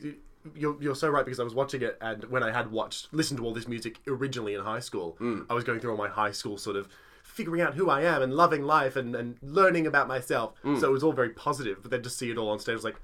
Speaker 2: You're, you're so right because I was watching it, and when I had watched, listened to all this music originally in high school,
Speaker 1: Hmm.
Speaker 2: I was going through all my high school sort of figuring out who I am and loving life and, and learning about myself.
Speaker 1: Hmm.
Speaker 2: So it was all very positive, but then to see it all on stage, I was like,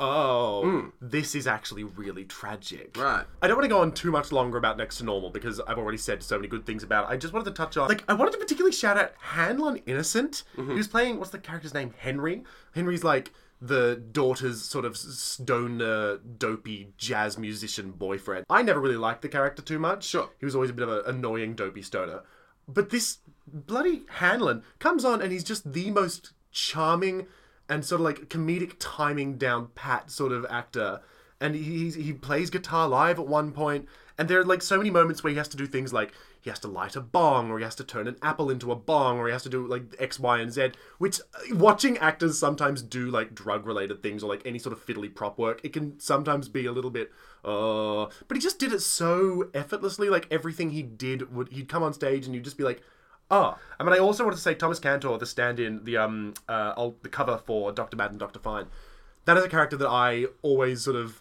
Speaker 2: oh, this is actually really tragic.
Speaker 1: Mm. Right.
Speaker 2: I don't want to go on too much longer about Next to Normal because I've already said so many good things about it. I just wanted to touch on, like, I wanted to particularly shout out Hanlon Innocent,
Speaker 1: Mm-hmm.
Speaker 2: who's playing, what's the character's name? Henry. Henry's like the daughter's sort of stoner, dopey jazz musician boyfriend. I never really liked the character too much.
Speaker 1: Sure.
Speaker 2: He was always a bit of an annoying, dopey stoner. But this bloody Hanlon comes on and he's just the most charming and sort of like comedic timing down pat sort of actor. And he, he plays guitar live at one point, and there are like so many moments where he has to do things like he has to light a bong, or he has to turn an apple into a bong, or he has to do like X, Y, and Z. Which uh, watching actors sometimes do like drug related things or like any sort of fiddly prop work, it can sometimes be a little bit, uh. But he just did it so effortlessly. Like everything he did would, he'd come on stage and you'd just be like, ah. I mean, I also wanted to say Thomas Cantor, the stand-in, the um, uh, alt- the cover for Doctor Mad and Doctor Fine. That is a character that I always sort of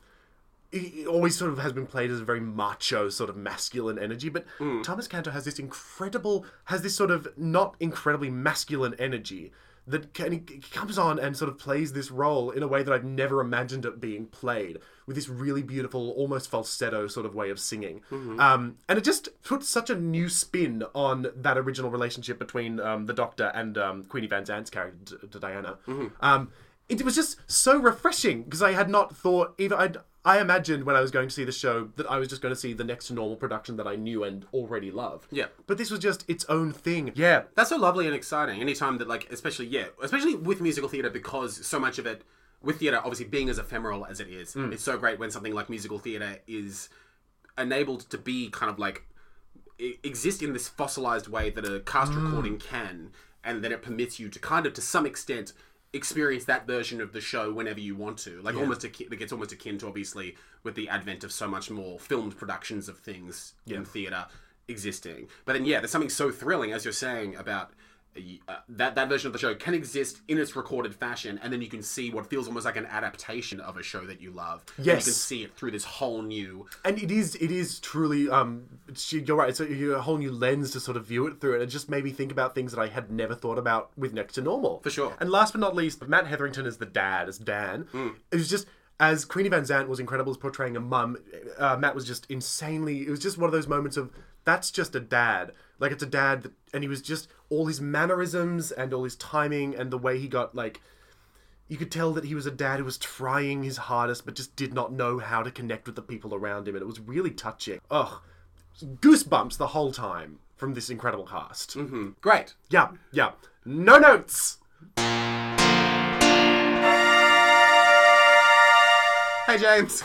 Speaker 2: he always sort of has been played as a very macho sort of masculine energy but thomas cantor has this incredible has this sort of not incredibly masculine energy that can, he comes on and sort of plays this role in a way that I've never imagined it being played with this really beautiful, almost falsetto sort of way of singing. Um, and it just puts such a new spin on that original relationship between um, the Doctor and um, Queenie Van Zandt's character, D- D- Diana. Um, it was just so refreshing because I had not thought either. I'd, I imagined when I was going to see the show that I was just going to see the next normal production that I knew and already loved.
Speaker 1: Yeah.
Speaker 2: But this was just its own thing. Yeah.
Speaker 1: That's so lovely and exciting. Anytime that, like, especially, yeah, especially with musical theatre because so much of it, with theatre obviously being as ephemeral as it is,
Speaker 2: Mm.
Speaker 1: it's so great when something like musical theatre is enabled to be kind of like e- exist in this fossilized way that a cast recording can, and then it permits you to kind of to some extent experience that version of the show whenever you want to like almost akin, like it's almost akin to obviously with the advent of so much more filmed productions of things in theater existing but then yeah there's something so thrilling as you're saying about uh, that that version of the show can exist in its recorded fashion and then you can see what feels almost like an adaptation of a show that you love And you
Speaker 2: Yes.
Speaker 1: can see it through this whole new
Speaker 2: and it is it is truly um it's- you're right it's a, a whole new lens to sort of view it through and it just made me think about things that i had never thought about with next to normal for
Speaker 1: sure.
Speaker 2: and last but not least matt hetherington is the dad as dan it was just as Queenie Van Zant was incredible as portraying a mum, uh, Matt was just insanely. It was just one of those moments of that's just a dad. Like it's a dad, that, and he was just all his mannerisms and all his timing and the way he got like you could tell that he was a dad who was trying his hardest but just did not know how to connect with the people around him and it was really touching ugh goosebumps the whole time from this incredible cast
Speaker 1: great
Speaker 2: yeah yeah no notes
Speaker 1: hey james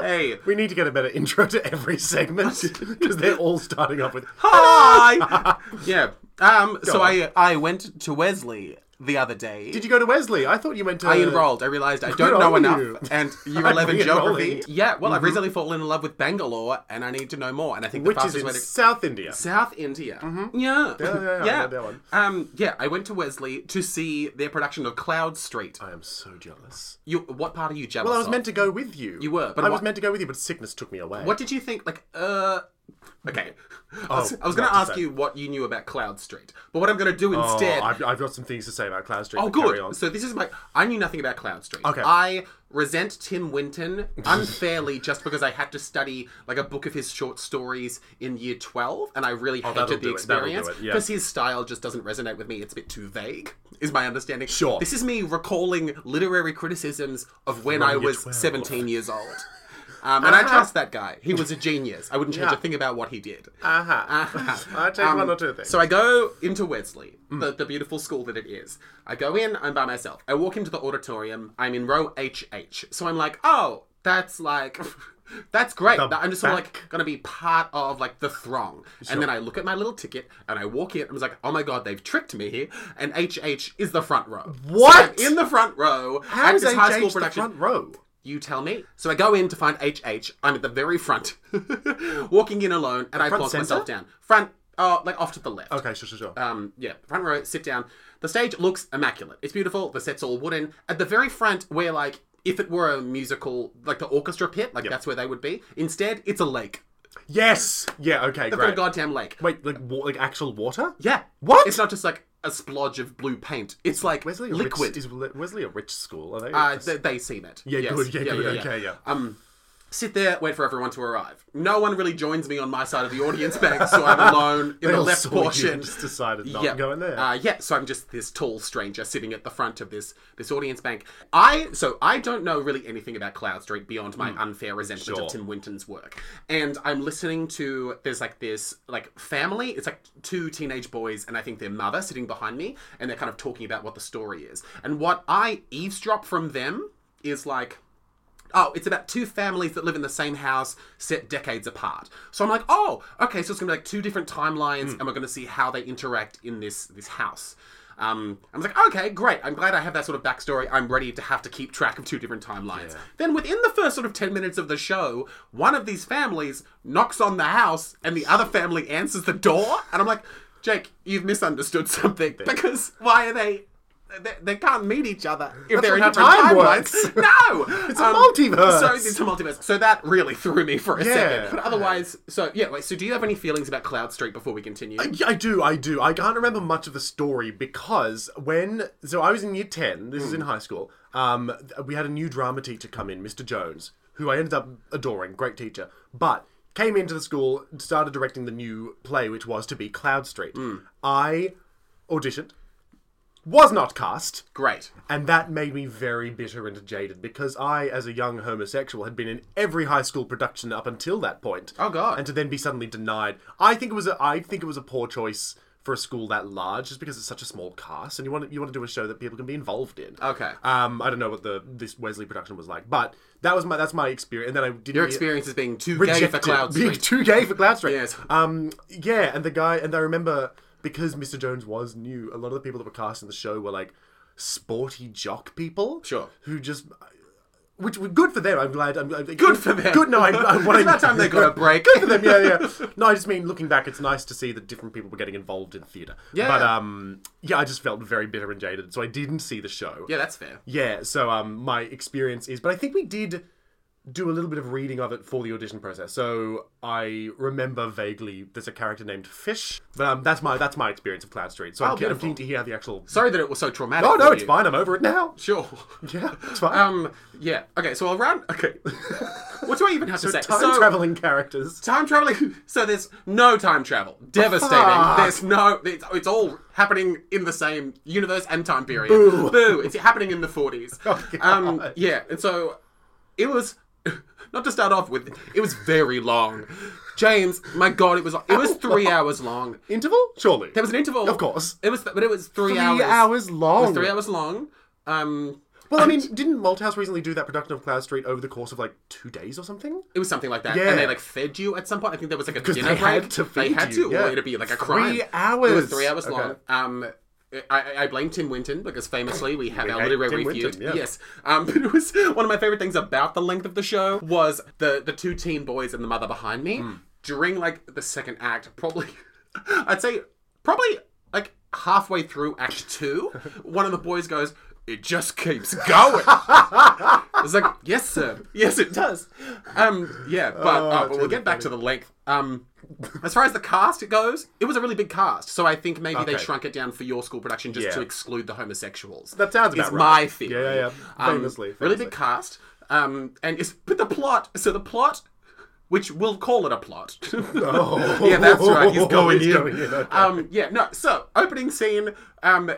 Speaker 1: hey
Speaker 2: we need to get a better intro to every segment because they're all starting off with
Speaker 1: Hi. yeah. Um. so
Speaker 2: on.
Speaker 1: I I went to Wesley the other day.
Speaker 2: did you go to wesley i thought you went to
Speaker 1: I enrolled. I realized I don't
Speaker 2: on
Speaker 1: know enough.
Speaker 2: you.
Speaker 1: And year
Speaker 2: I'm
Speaker 1: eleven geography.
Speaker 2: re-enrolling.
Speaker 1: Yeah. Well, I've recently fallen in love with Bangalore, and I need to know more. And I think the
Speaker 2: Mm-hmm. which
Speaker 1: fastest
Speaker 2: is in
Speaker 1: way to
Speaker 2: south india
Speaker 1: South India. Yeah.
Speaker 2: yeah, yeah, I know that one.
Speaker 1: Um. Yeah. I went to Wesley to see their production of Cloud Street.
Speaker 2: i am so jealous
Speaker 1: You. What part are you jealous?
Speaker 2: well i was
Speaker 1: of?
Speaker 2: meant to go with you
Speaker 1: You were, but
Speaker 2: but i was
Speaker 1: what-
Speaker 2: meant to go with you but sickness took me away
Speaker 1: What did you think? Like, uh. Okay. I was,
Speaker 2: Oh,
Speaker 1: I was going to
Speaker 2: what to
Speaker 1: ask
Speaker 2: say.
Speaker 1: you what you knew about Cloud Street, but what I'm going to do
Speaker 2: Oh,
Speaker 1: instead
Speaker 2: I've, I've got some things to say about cloud street
Speaker 1: Oh,
Speaker 2: but carry on.
Speaker 1: good. So this is my. I knew nothing about Cloud Street.
Speaker 2: Okay.
Speaker 1: I resent Tim Winton unfairly just because I had to study like a book of his short stories in year twelve, and I really
Speaker 2: Oh, that'll
Speaker 1: hated the
Speaker 2: do it, that'll do
Speaker 1: experience
Speaker 2: it, yeah.
Speaker 1: because his style just doesn't resonate with me. It's a bit too vague, is my understanding.
Speaker 2: Sure.
Speaker 1: This is me recalling literary criticisms of when I
Speaker 2: year Uh-huh.
Speaker 1: was
Speaker 2: 12.
Speaker 1: seventeen years old. Um, and I trust that guy. He was a genius. I wouldn't change a thing about what he did.
Speaker 2: uh-huh. i'll take
Speaker 1: Um,
Speaker 2: one or two things Hmm.
Speaker 1: So I go into Wesley, the, the beautiful school that it is. I go in, I'm by myself. I walk into the auditorium, I'm in row HH. So I'm like, oh, that's like, that's great.
Speaker 2: The
Speaker 1: I'm just sort of like
Speaker 2: back.
Speaker 1: going to be part of like the throng. And then I look at my little ticket and I walk in and I was like, oh my god, they've tricked me here. And HH is the front row.
Speaker 2: What?
Speaker 1: So I'm in the front row
Speaker 2: How
Speaker 1: at
Speaker 2: does
Speaker 1: this
Speaker 2: they
Speaker 1: high school
Speaker 2: change the
Speaker 1: production.
Speaker 2: front row?
Speaker 1: You tell me. So I go in to find HH. I'm at the very front, walking in alone, and I
Speaker 2: front
Speaker 1: plonk
Speaker 2: centre?
Speaker 1: myself down. Front, oh, like off to the left.
Speaker 2: Okay, sure, sure, sure.
Speaker 1: Um, yeah, front row, sit down. The stage looks immaculate. It's beautiful. The set's all wooden. At the very front, where like if it were a musical, like the orchestra pit, like that's where they would be. Instead, it's a lake.
Speaker 2: yes. Yeah. Okay.
Speaker 1: It's
Speaker 2: Great.
Speaker 1: a goddamn lake.
Speaker 2: Wait, like wa- like actual water?
Speaker 1: Yeah.
Speaker 2: What?
Speaker 1: It's not just like a splodge of blue paint. It's like
Speaker 2: Wesley a
Speaker 1: liquid.
Speaker 2: Rich, is Le- Wesley a rich school? Are they?
Speaker 1: Uh, they, they seem it.
Speaker 2: Yeah, good, yeah, good, okay, yeah.
Speaker 1: Um, sit there, wait for everyone to arrive. No one really joins me on my side of the audience bank, so I'm alone in
Speaker 2: They
Speaker 1: the
Speaker 2: all
Speaker 1: left
Speaker 2: saw you
Speaker 1: portion.
Speaker 2: and just decided not
Speaker 1: yeah,
Speaker 2: to go in there.
Speaker 1: Uh, yeah, so I'm just this tall stranger sitting at the front of this this audience bank. I so I don't know really anything about Cloud Street beyond my unfair resentment
Speaker 2: Hmm. Sure.
Speaker 1: of Tim Winton's work, and I'm listening to there's like this like family. It's like two teenage boys and I think their mother sitting behind me, and they're kind of talking about what the story is. And what I eavesdrop from them is like. Oh, it's about two families that live in the same house set decades apart. So I'm like, oh, okay, so it's gonna be like two different timelines, and we're gonna see how they interact in this this house. Um, I was like, okay, great. I'm glad I have that sort of backstory. I'm ready to have to keep track of two different timelines. Then within the first sort of ten minutes of the show, one of these families knocks on the house, and the other family answers the door, and I'm like, Jake, you've misunderstood something because why are they They, they can't meet each other if
Speaker 2: That's
Speaker 1: they're in
Speaker 2: how
Speaker 1: different
Speaker 2: time
Speaker 1: timelines.
Speaker 2: works.
Speaker 1: No, it's
Speaker 2: a multiverse.
Speaker 1: So it's a multiverse. So that really threw me for a
Speaker 2: Yeah.
Speaker 1: second. But otherwise, so yeah. Wait. So do you have any feelings about Cloud Street before we continue?
Speaker 2: Yeah, I do, I do. I can't remember much of the story because when so I was in year ten. This is in high school. Um, th- we had a new drama teacher come in, Mr. Jones, who I ended up adoring, great teacher, but came into the school, started directing the new play, which was to be Cloud Street. I auditioned, was not cast.
Speaker 1: Great.
Speaker 2: And that made me very bitter and jaded because I, as a young homosexual, had been in every high school production up until that point.
Speaker 1: Oh, God.
Speaker 2: And to then be suddenly denied, I think it was a, I think it was a poor choice for a school that large, just because it's such a small cast, and you want you want to do a show that people can be involved in.
Speaker 1: Okay.
Speaker 2: Um, I don't know what the this Wesley production was like, but that was my that's my experience. And then I did
Speaker 1: Your
Speaker 2: the-
Speaker 1: experience is being too gay for
Speaker 2: rejected.
Speaker 1: Cloud
Speaker 2: Being
Speaker 1: Street.
Speaker 2: too gay for Cloud Street.
Speaker 1: Yes.
Speaker 2: Um. Yeah, and the guy, and I remember because Mr. Jones was new. A lot of the people that were cast in the show were like sporty jock people.
Speaker 1: Sure.
Speaker 2: Who just. Which were good for them. I'm glad. I'm, I'm-
Speaker 1: Good for them.
Speaker 2: Good. No, I, I, what
Speaker 1: It's
Speaker 2: I-
Speaker 1: about time they got a break.
Speaker 2: Good for them. Yeah, yeah. No, I just mean looking back, it's nice to see that different people were getting involved in theatre.
Speaker 1: Yeah.
Speaker 2: But um, yeah, I just felt very bitter and jaded, so I didn't see the show.
Speaker 1: Yeah, that's fair.
Speaker 2: Yeah, so um, my experience is, but I think we did do a little bit of reading of it for the audition process. So I remember vaguely there's a character named Fish, but um, that's my that's my experience of Cloud Street. So I'm, I'm
Speaker 1: Oh, beautiful.
Speaker 2: keen to hear the actual.
Speaker 1: Sorry that it was so traumatic.
Speaker 2: Oh no,
Speaker 1: for
Speaker 2: it's
Speaker 1: you.
Speaker 2: fine. I'm over it now.
Speaker 1: Sure.
Speaker 2: Yeah, it's fine.
Speaker 1: Um. Yeah. Okay. So I'll round. Okay. What do I even have to say?
Speaker 2: Time
Speaker 1: So-
Speaker 2: traveling characters.
Speaker 1: Time traveling. So there's no time travel. Devastating.
Speaker 2: Fuck.
Speaker 1: There's no. It's, it's all happening in the same universe and time period.
Speaker 2: Boo.
Speaker 1: It's happening in the 40s.
Speaker 2: Oh,
Speaker 1: um.
Speaker 2: God.
Speaker 1: Yeah. And so it was. Not to start off with, it was very long. James, my God, it was. It was three hours long.
Speaker 2: Interval? Surely.
Speaker 1: There was an interval.
Speaker 2: Of course.
Speaker 1: It was, but it was three,
Speaker 2: Three
Speaker 1: hours.
Speaker 2: hours long.
Speaker 1: It was three hours long. Um.
Speaker 2: Well, I mean, didn't Malthouse recently do that production of Cloud Street over the course of like two days or something?
Speaker 1: It was something like that.
Speaker 2: Yeah.
Speaker 1: And they like fed you at some point. I think there was like a dinner
Speaker 2: they
Speaker 1: break.
Speaker 2: had to
Speaker 1: they
Speaker 2: feed
Speaker 1: had
Speaker 2: you,
Speaker 1: to,
Speaker 2: yeah.
Speaker 1: or it'd be like a crime.
Speaker 2: Three
Speaker 1: It
Speaker 2: hours.
Speaker 1: was three hours
Speaker 2: Okay.
Speaker 1: long. Um, I, I blame Tim Winton because famously we have our
Speaker 2: hate
Speaker 1: literary
Speaker 2: Tim
Speaker 1: review.
Speaker 2: Winton, yeah.
Speaker 1: Yes, um, but it was one of my favorite things about the length of the show was the the two teen boys and the mother behind me
Speaker 2: Hmm.
Speaker 1: during like the second act. Probably, I'd say probably like halfway through act two, one of the boys goes. It just keeps going. It's like, yes, sir. Yes, it does. Um, yeah, but,
Speaker 2: Oh,
Speaker 1: uh,
Speaker 2: that's
Speaker 1: but we'll
Speaker 2: really
Speaker 1: get back to the length. Um, as far as the cast goes, it was a really big cast, so I think maybe they
Speaker 2: Okay.
Speaker 1: shrunk it down for your school production just
Speaker 2: Yeah.
Speaker 1: to exclude the homosexuals.
Speaker 2: That sounds about
Speaker 1: is
Speaker 2: right.
Speaker 1: my theory.
Speaker 2: Yeah, yeah, yeah.
Speaker 1: Um,
Speaker 2: Famously,
Speaker 1: really
Speaker 2: famously.
Speaker 1: big cast. Um, and it's but the plot. So the plot. Which we'll call it a plot.
Speaker 2: Oh.
Speaker 1: yeah, that's right. He's going
Speaker 2: He's
Speaker 1: in.
Speaker 2: going in, okay.
Speaker 1: Um, yeah, no. So opening scene, um,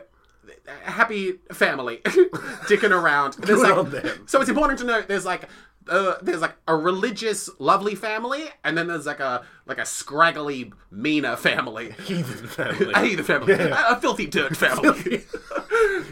Speaker 1: a happy family dicking around. There's
Speaker 2: Good
Speaker 1: like-
Speaker 2: on them.
Speaker 1: So it's important to note there's like uh, there's like a religious, lovely family, and then there's like a like a scraggly, meaner family.
Speaker 2: Heathen family.
Speaker 1: I hate the family. A, a filthy dirt family. so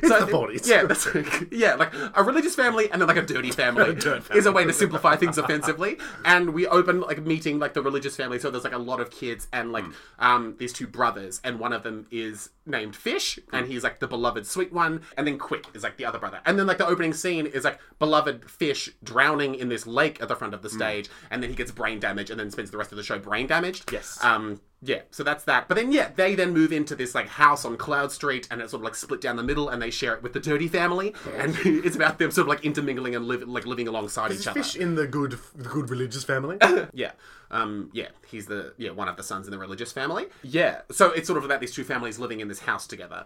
Speaker 2: the
Speaker 1: I think-
Speaker 2: 40s.
Speaker 1: Yeah, that's, yeah, like a religious family and then like a dirty family,
Speaker 2: dirt
Speaker 1: is a way to simplify things offensively. And we open like meeting like the religious family, so there's like a lot of kids and like um these two brothers, and one of them is named Fish, and he's like the beloved sweet one, and then Quick is like the other brother, and then like the opening scene is like beloved Fish drowning in this lake at the front of the stage, and then he gets brain damage, and then spends the rest of the show brain damaged.
Speaker 2: Yes.
Speaker 1: Um, yeah, so that's that. But then, yeah, they then move into this like house on Cloud Street, and it's sort of like split down the middle, and they share it with the Dirty Family, and it's about them sort of like intermingling and live, like living alongside
Speaker 2: Is
Speaker 1: each other.
Speaker 2: Fish in the good, the good religious family.
Speaker 1: Yeah, um, yeah, he's the yeah one of the sons in the religious family. Yeah, so it's sort of about these two families living in this house together,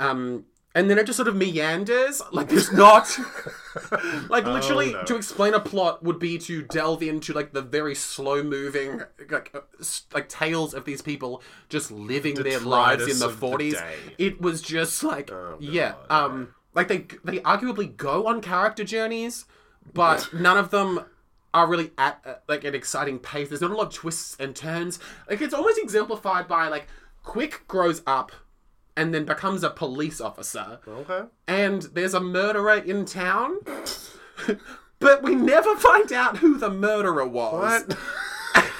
Speaker 1: um, and then it just sort of meanders. Like there's not, like literally,
Speaker 2: Oh, no.
Speaker 1: to explain a plot would be to delve into like the very slow moving like uh, s- like tales of these people just living their lives in
Speaker 2: Detritus
Speaker 1: the
Speaker 2: of the
Speaker 1: forties.
Speaker 2: day.
Speaker 1: it was just like yeah, um, like they they arguably go on character journeys, but none of them are really at uh, like an exciting pace. There's not a lot of twists and turns. Like it's almost exemplified by like Quick grows up and then becomes a police officer.
Speaker 2: okay.
Speaker 1: And there's a murderer in town. but we never find out who the murderer was.
Speaker 2: What?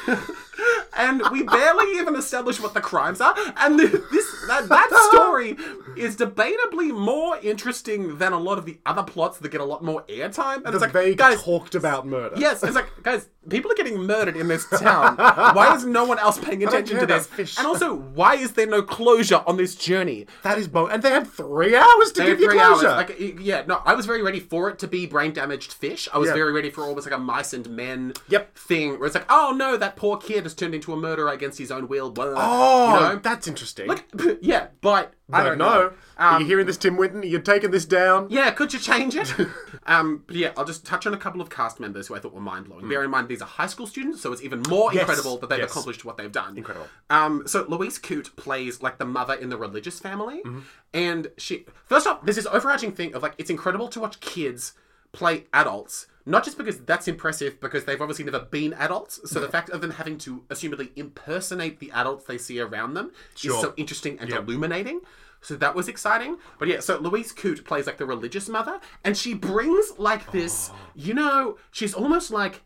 Speaker 1: And we barely even establish what the crimes are. And th- this That, that story is debatably more interesting than a lot of the other plots that get a lot more airtime. And it's like,
Speaker 3: they
Speaker 1: guys,
Speaker 3: talked about murder.
Speaker 1: yes, it's like, guys, people are getting murdered in this town. Why is no one else paying attention
Speaker 3: care
Speaker 1: to
Speaker 3: about
Speaker 1: this?
Speaker 3: fish.
Speaker 1: And also, why is there no closure on this journey?
Speaker 3: That is both. And they had three hours to
Speaker 1: They
Speaker 3: give
Speaker 1: had
Speaker 3: you
Speaker 1: three hours.
Speaker 3: closure.
Speaker 1: Like, y- yeah, no, I was very ready for it to be brain damaged fish. I was
Speaker 3: Yeah.
Speaker 1: very ready for almost like a mice and men
Speaker 3: Yep.
Speaker 1: thing where it's like, oh no, that poor kid has turned into a murderer against his own will. Blah,
Speaker 3: oh,
Speaker 1: you know?
Speaker 3: that's interesting.
Speaker 1: Like, yeah, but I
Speaker 3: I
Speaker 1: don't know. Um,
Speaker 3: Are you hearing this, Tim Winton? You're taking this down.
Speaker 1: Yeah, could you change it? um, but yeah, I'll just touch on a couple of cast members who I thought were mind blowing. Bear in mind these are high school students, so it's even more incredible that they've
Speaker 2: yes.
Speaker 1: accomplished what they've done.
Speaker 2: Incredible.
Speaker 1: Um, so Louise Coote plays like the mother in the religious family, and she first off, there's this overarching thing of like it's incredible to watch kids play adults. Not just because that's impressive, because they've obviously never been adults. So the fact of them having to assumedly impersonate the adults they see around them is
Speaker 2: Sure.
Speaker 1: so interesting and illuminating. So that was exciting. But yeah, so Louise Coote plays like the religious mother, and she brings like this, you know, she's almost like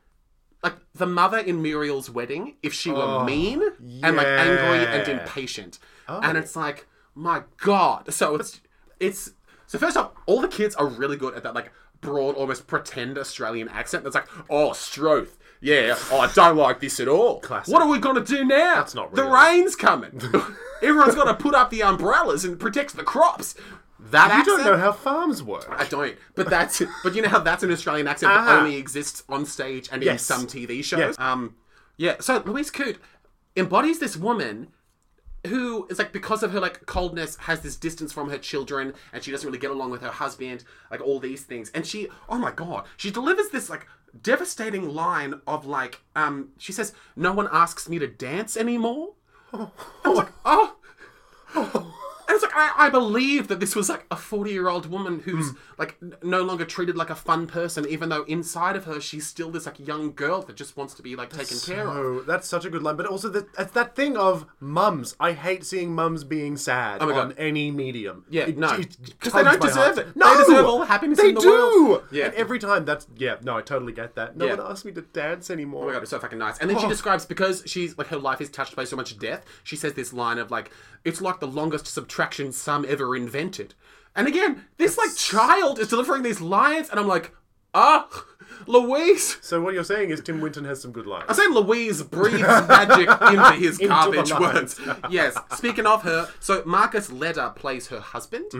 Speaker 1: like the mother in Muriel's wedding if she were mean and like angry and
Speaker 2: Oh, yeah. Oh.
Speaker 1: impatient. And it's like, my God. So it's it's so first off, all the kids are really good at that like broad, almost pretend Australian accent that's like, oh Stroth. Yeah, oh, I don't like this at all.
Speaker 2: Classic.
Speaker 1: What are we gonna do now? That's
Speaker 2: not
Speaker 1: The
Speaker 2: real.
Speaker 1: rain's coming. Everyone's got to put up the umbrellas and protect the crops. That
Speaker 3: You
Speaker 1: accent,
Speaker 3: don't know how farms work.
Speaker 1: I don't. But that's but you know how that's an Australian accent that
Speaker 3: Ah.
Speaker 1: only exists on stage and in
Speaker 3: Yes.
Speaker 1: some TV shows.
Speaker 3: Yes.
Speaker 1: Um, yeah. So Louise Coote embodies this woman who is like because of her like coldness has this distance from her children and she doesn't really get along with her husband like all these things and she oh my god she delivers this like devastating line of like um she says no one asks me to dance anymore I was like oh and it's like I, I believe that this was like a forty-year-old woman who's like n- no longer treated like a fun person, even though inside of her she's still this like young girl that just wants to be like taken care of.
Speaker 3: Oh, that's such a good line. But also, the, it's that thing of mums. I hate seeing mums being sad
Speaker 1: Oh my God.
Speaker 3: on any medium.
Speaker 1: Yeah,
Speaker 3: It-
Speaker 1: no.
Speaker 3: it
Speaker 1: 'Cause they
Speaker 3: tugs
Speaker 1: don't
Speaker 3: my
Speaker 1: deserve
Speaker 3: heart.
Speaker 1: it. They
Speaker 3: No,
Speaker 1: deserve all the happiness
Speaker 3: They
Speaker 1: in the
Speaker 3: do.
Speaker 1: world. Yeah.
Speaker 3: And every time, that's yeah. No, I totally get that. No
Speaker 1: Yeah.
Speaker 3: one asked me to dance anymore.
Speaker 1: Oh my god, it's so fucking nice. And then she describes because she's like her life is touched by so much death. She says this line of like, "It's like the longest subtraction sum ever invented." And again, this like child is delivering these lines, and I'm like, ah, Louise.
Speaker 3: So what you're saying is Tim Winton has some good lines.
Speaker 1: I say Louise breathes magic into his garbage
Speaker 3: the
Speaker 1: words. Yes. Speaking of her, so Marcus Leder plays her husband,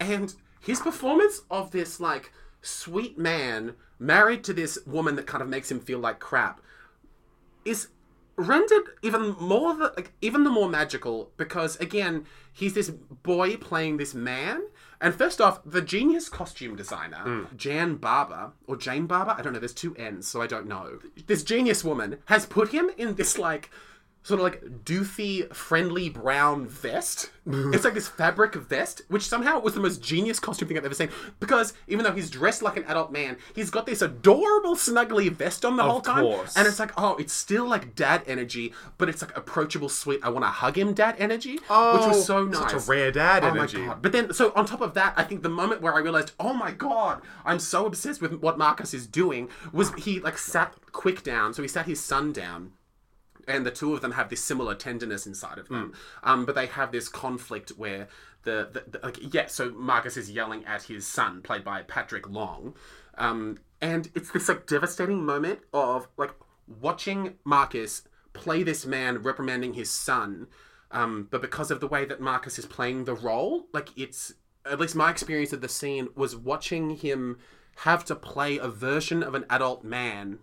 Speaker 1: and his performance of this like sweet man married to this woman that kind of makes him feel like crap is rendered even more the, like even the more magical because again he's this boy playing this man and first off the genius costume designer jan barber or jane barber i don't know there's two n's so i don't know this genius woman has put him in this like sort of like doofy friendly brown vest it's like this fabric vest which somehow was the most genius costume thing i've ever seen because even though he's dressed like an adult man he's got this adorable snuggly vest on the whole time
Speaker 3: course.
Speaker 1: and it's like, oh, it's still like dad energy, but it's like approachable, sweet. I want to hug him, dad energy, which was so nice.
Speaker 3: Such a rare dad
Speaker 1: Oh
Speaker 3: energy.
Speaker 1: my god! But then, so on top of that, I think the moment where I realized, oh my god, I'm so obsessed with what Marcus is doing, was he like sat quick down. So he sat his son down, and the two of them have this similar tenderness inside of them. Um, but they have this conflict where the, the, the like yeah, so Marcus is yelling at his son, played by Patrick Long, um, and it's this like devastating moment of like watching Marcus play this man reprimanding his son. Um, but because of the way that Marcus is playing the role, like it's at least my experience of the scene was watching him have to play a version of an adult man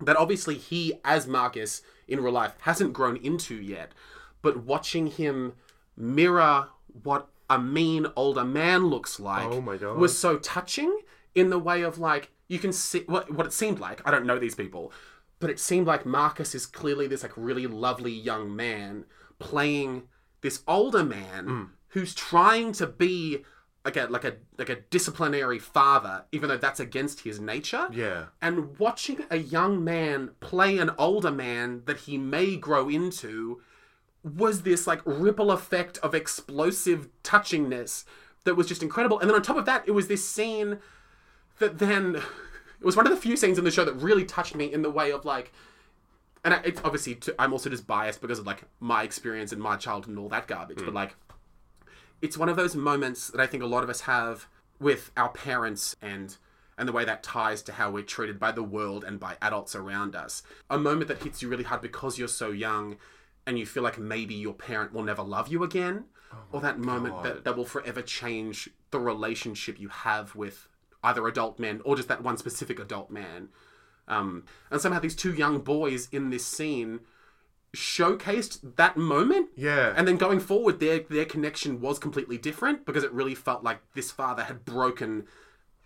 Speaker 1: that obviously he, as Marcus in real life, hasn't grown into yet. But watching him mirror what a mean older man looks like
Speaker 3: Oh my God.
Speaker 1: was so touching in the way of like you can see what what it seemed like. I don't know these people, but it seemed like Marcus is clearly this like really lovely young man playing this older man
Speaker 3: Hmm.
Speaker 1: who's trying to be like a like a like a disciplinary father, even though that's against his nature
Speaker 3: Yeah.
Speaker 1: and watching a young man play an older man that he may grow into was this like ripple effect of explosive touchingness that was just incredible. And then on top of that, it was this scene that then it was one of the few scenes in the show that really touched me in the way of like and I, it's obviously to, I'm also just biased because of like my experience and my childhood and all that garbage, but like it's one of those moments that I think a lot of us have with our parents and and the way that ties to how we're treated by the world and by adults around us. A moment that hits you really hard because you're so young and you feel like maybe your parent will never love you again. or that moment that, that will forever change the relationship you have with either adult men or just that one specific adult man. Um, and somehow these two young boys in this scene showcased that moment.
Speaker 2: Yeah.
Speaker 1: And then going forward, their their connection was completely different because it really felt like this father had broken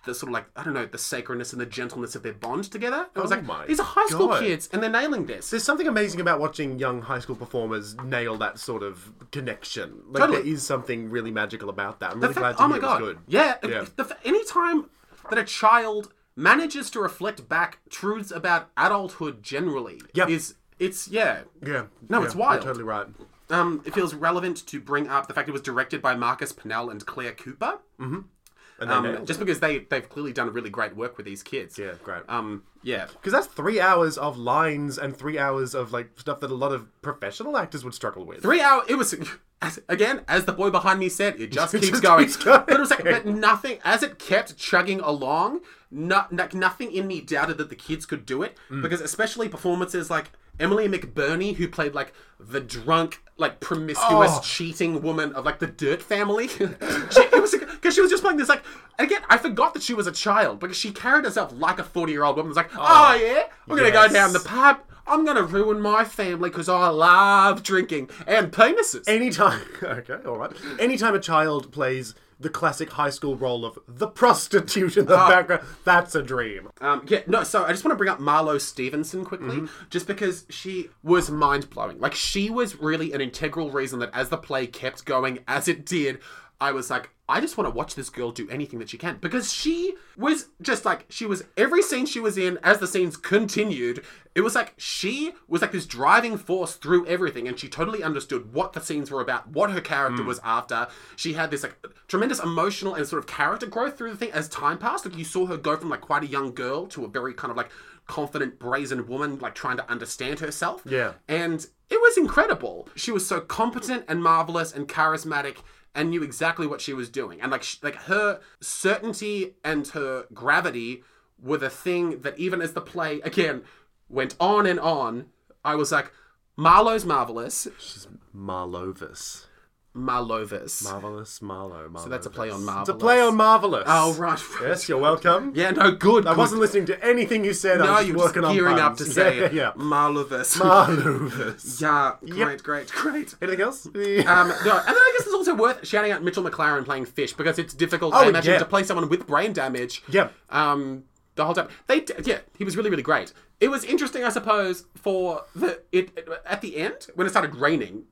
Speaker 1: the sort of like I don't know the sacredness and the gentleness of their bond together. I was
Speaker 4: Oh
Speaker 1: like,
Speaker 4: my
Speaker 1: these are high school
Speaker 2: God.
Speaker 1: kids and they're nailing this.
Speaker 2: There's something amazing about watching young high school performers nail that sort of connection. Like
Speaker 1: Totally.
Speaker 2: there is something really magical about that. I'm
Speaker 1: The
Speaker 2: really glad
Speaker 1: fact-
Speaker 2: to
Speaker 1: oh
Speaker 2: hear
Speaker 1: my
Speaker 2: it was
Speaker 1: god!
Speaker 2: good.
Speaker 1: Yeah,
Speaker 2: Yeah.
Speaker 1: The, fa- any time that a child manages to reflect back truths about adulthood generally
Speaker 2: Yeah.
Speaker 1: is it's yeah
Speaker 2: Yeah.
Speaker 1: No,
Speaker 2: yeah,
Speaker 1: it's wild.
Speaker 2: You're totally right.
Speaker 1: Um, it feels relevant to bring up the fact it was directed by Marcus Pennell and Claire Cooper.
Speaker 2: And they
Speaker 1: Um,
Speaker 2: nailed
Speaker 1: just because they they've clearly done really great work with these kids.
Speaker 2: Yeah, great.
Speaker 1: Um, yeah.
Speaker 2: Because that's three hours of lines and three hours of like stuff that a lot of professional actors would struggle with.
Speaker 1: Three hour. It was as, again as the boy behind me said. It just, keeps,
Speaker 2: just
Speaker 1: going.
Speaker 2: keeps going.
Speaker 1: But it was like, but nothing. As it kept chugging along, not like nothing in me doubted that the kids could do it
Speaker 2: Mm.
Speaker 1: because especially performances like Emily McBurney, who played like the drunk, like promiscuous,
Speaker 2: Oh.
Speaker 1: cheating woman of like the Dirt family. she, it was because she was just playing this like. and Again, I forgot that she was a child because she carried herself like a forty-year-old woman. It was like, oh, yeah, we're gonna
Speaker 2: Yes.
Speaker 1: go down the pub. I'm gonna ruin my family because I love drinking and penises.
Speaker 2: Anytime, okay, all right. Anytime a child plays the classic high school role of the prostitute in the
Speaker 1: Ah.
Speaker 2: background, that's a dream.
Speaker 1: Um, yeah, no, so I just want to bring up Marlo Stevenson quickly, just because she was mind blowing. Like, she was really an integral reason that as the play kept going as it did, I was like, I just want to watch this girl do anything that she can. Because she was just like, she was every scene she was in, as the scenes continued, it was like she was like this driving force through everything, and she totally understood what the scenes were about, what her character was after. She had this like tremendous emotional and sort of character growth through the thing as time passed. Like you saw her go from like quite a young girl to a very kind of like confident, brazen woman, like trying to understand herself.
Speaker 2: Yeah.
Speaker 1: And it was incredible. She was so competent and marvelous and charismatic and knew exactly what she was doing. And like sh- like her certainty and her gravity were the thing that even as the play again went on and on, I was like Marlowe's marvelous,
Speaker 2: Marlovis.
Speaker 1: Marlovis.
Speaker 2: Marvelous Marlowe. Marlovis. So
Speaker 1: That's a play on
Speaker 2: It's
Speaker 1: marvelous.
Speaker 2: a play on Marvelous.
Speaker 1: Oh right.
Speaker 2: Yes, you're welcome.
Speaker 1: Yeah, no good.
Speaker 2: I wasn't listening to anything you said. I
Speaker 1: No,
Speaker 2: was
Speaker 1: you
Speaker 2: just
Speaker 1: were just
Speaker 2: working on
Speaker 1: gearing up
Speaker 2: puns.
Speaker 1: to say it.
Speaker 2: Yeah, yeah.
Speaker 1: Marlovis.
Speaker 2: Marlovis.
Speaker 1: yeah, great, great, great.
Speaker 2: Anything else?
Speaker 1: Um, no, and then I guess it's also worth shouting out Mitchell McLaren playing Fish because it's difficult, I
Speaker 2: Oh,
Speaker 1: imagine,
Speaker 2: yeah.
Speaker 1: to play someone with brain damage.
Speaker 2: Yeah.
Speaker 1: Um, the whole time they, d- yeah, he was really, really great. It was interesting, I suppose, for the it, it- at the end when it started raining.